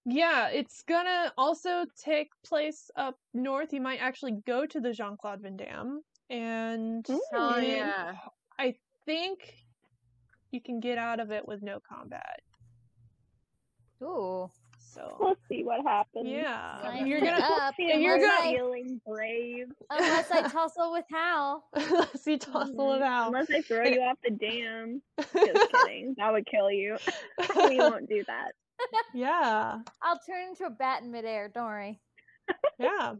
Speaker 1: yeah, it's gonna also take place up north. You might actually go to the Jean Claude Van Damme, and
Speaker 2: Hmm?
Speaker 3: Oh
Speaker 1: in-
Speaker 3: yeah.
Speaker 1: I think you can get out of it with no combat.
Speaker 2: Ooh.
Speaker 1: So
Speaker 4: We'll see what happens.
Speaker 1: yeah,
Speaker 2: Sign
Speaker 1: you're
Speaker 2: me
Speaker 1: gonna
Speaker 2: up
Speaker 4: See if
Speaker 1: You're
Speaker 4: I'm
Speaker 1: gonna-
Speaker 4: feeling brave.
Speaker 2: unless I tussle with Hal.
Speaker 1: see tussle it out.
Speaker 4: Mm-hmm. Unless I throw you off the dam. Just kidding. That would kill you. we won't do that.
Speaker 1: yeah,
Speaker 2: I'll turn into a bat in midair. Don't worry.
Speaker 1: yeah.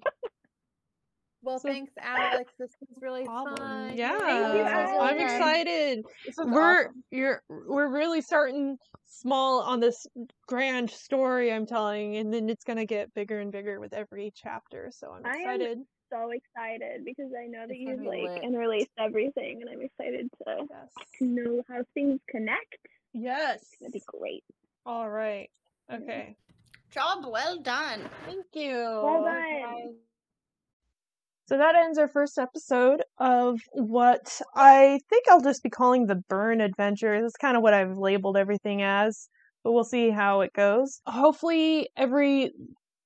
Speaker 3: Well,
Speaker 1: So-
Speaker 3: thanks, Alex. This was really
Speaker 1: Problem.
Speaker 3: fun.
Speaker 1: Yeah,
Speaker 4: you, Alex.
Speaker 1: I'm
Speaker 2: This was
Speaker 1: excited.
Speaker 3: This was
Speaker 1: We're
Speaker 3: awesome.
Speaker 1: you're we're really starting small on this grand story I'm telling, and then it's gonna get bigger and bigger with every chapter. So I'm
Speaker 4: I am-
Speaker 1: excited.
Speaker 4: So excited because I know that
Speaker 3: It's gonna
Speaker 4: you've
Speaker 3: be
Speaker 4: like
Speaker 3: lit.
Speaker 4: interlaced everything, and I'm excited to
Speaker 1: Yes.
Speaker 4: know how things connect.
Speaker 1: Yes.
Speaker 4: That'd be great.
Speaker 1: All right.
Speaker 4: Yeah.
Speaker 1: Okay.
Speaker 5: Job well done.
Speaker 1: Thank you.
Speaker 4: Well done.
Speaker 1: So that ends our first episode of what I think I'll just be calling the burn adventure. That's kind of what I've labeled everything as, but we'll see how it goes. Hopefully, every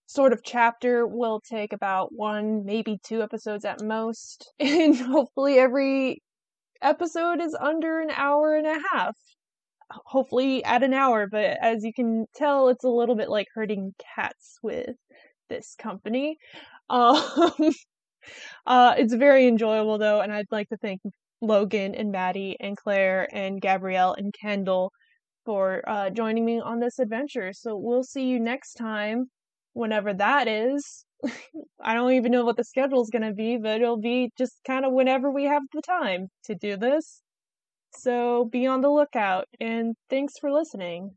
Speaker 1: sort of chapter will take about one, maybe two episodes at most, and hopefully, every episode is under an hour and a half. Hopefully, at an hour, but as you can tell, it's a little bit like herding cats with this company. Um, Uh, it's very enjoyable though, and I'd like to thank Logan and Maddie and Claire and Gabrielle and Kendall for uh, joining me on this adventure. So we'll see you next time whenever that is. I don't even know what the schedule's going to be, but it'll be just kind of whenever we have the time to do this. So be on the lookout, and thanks for listening.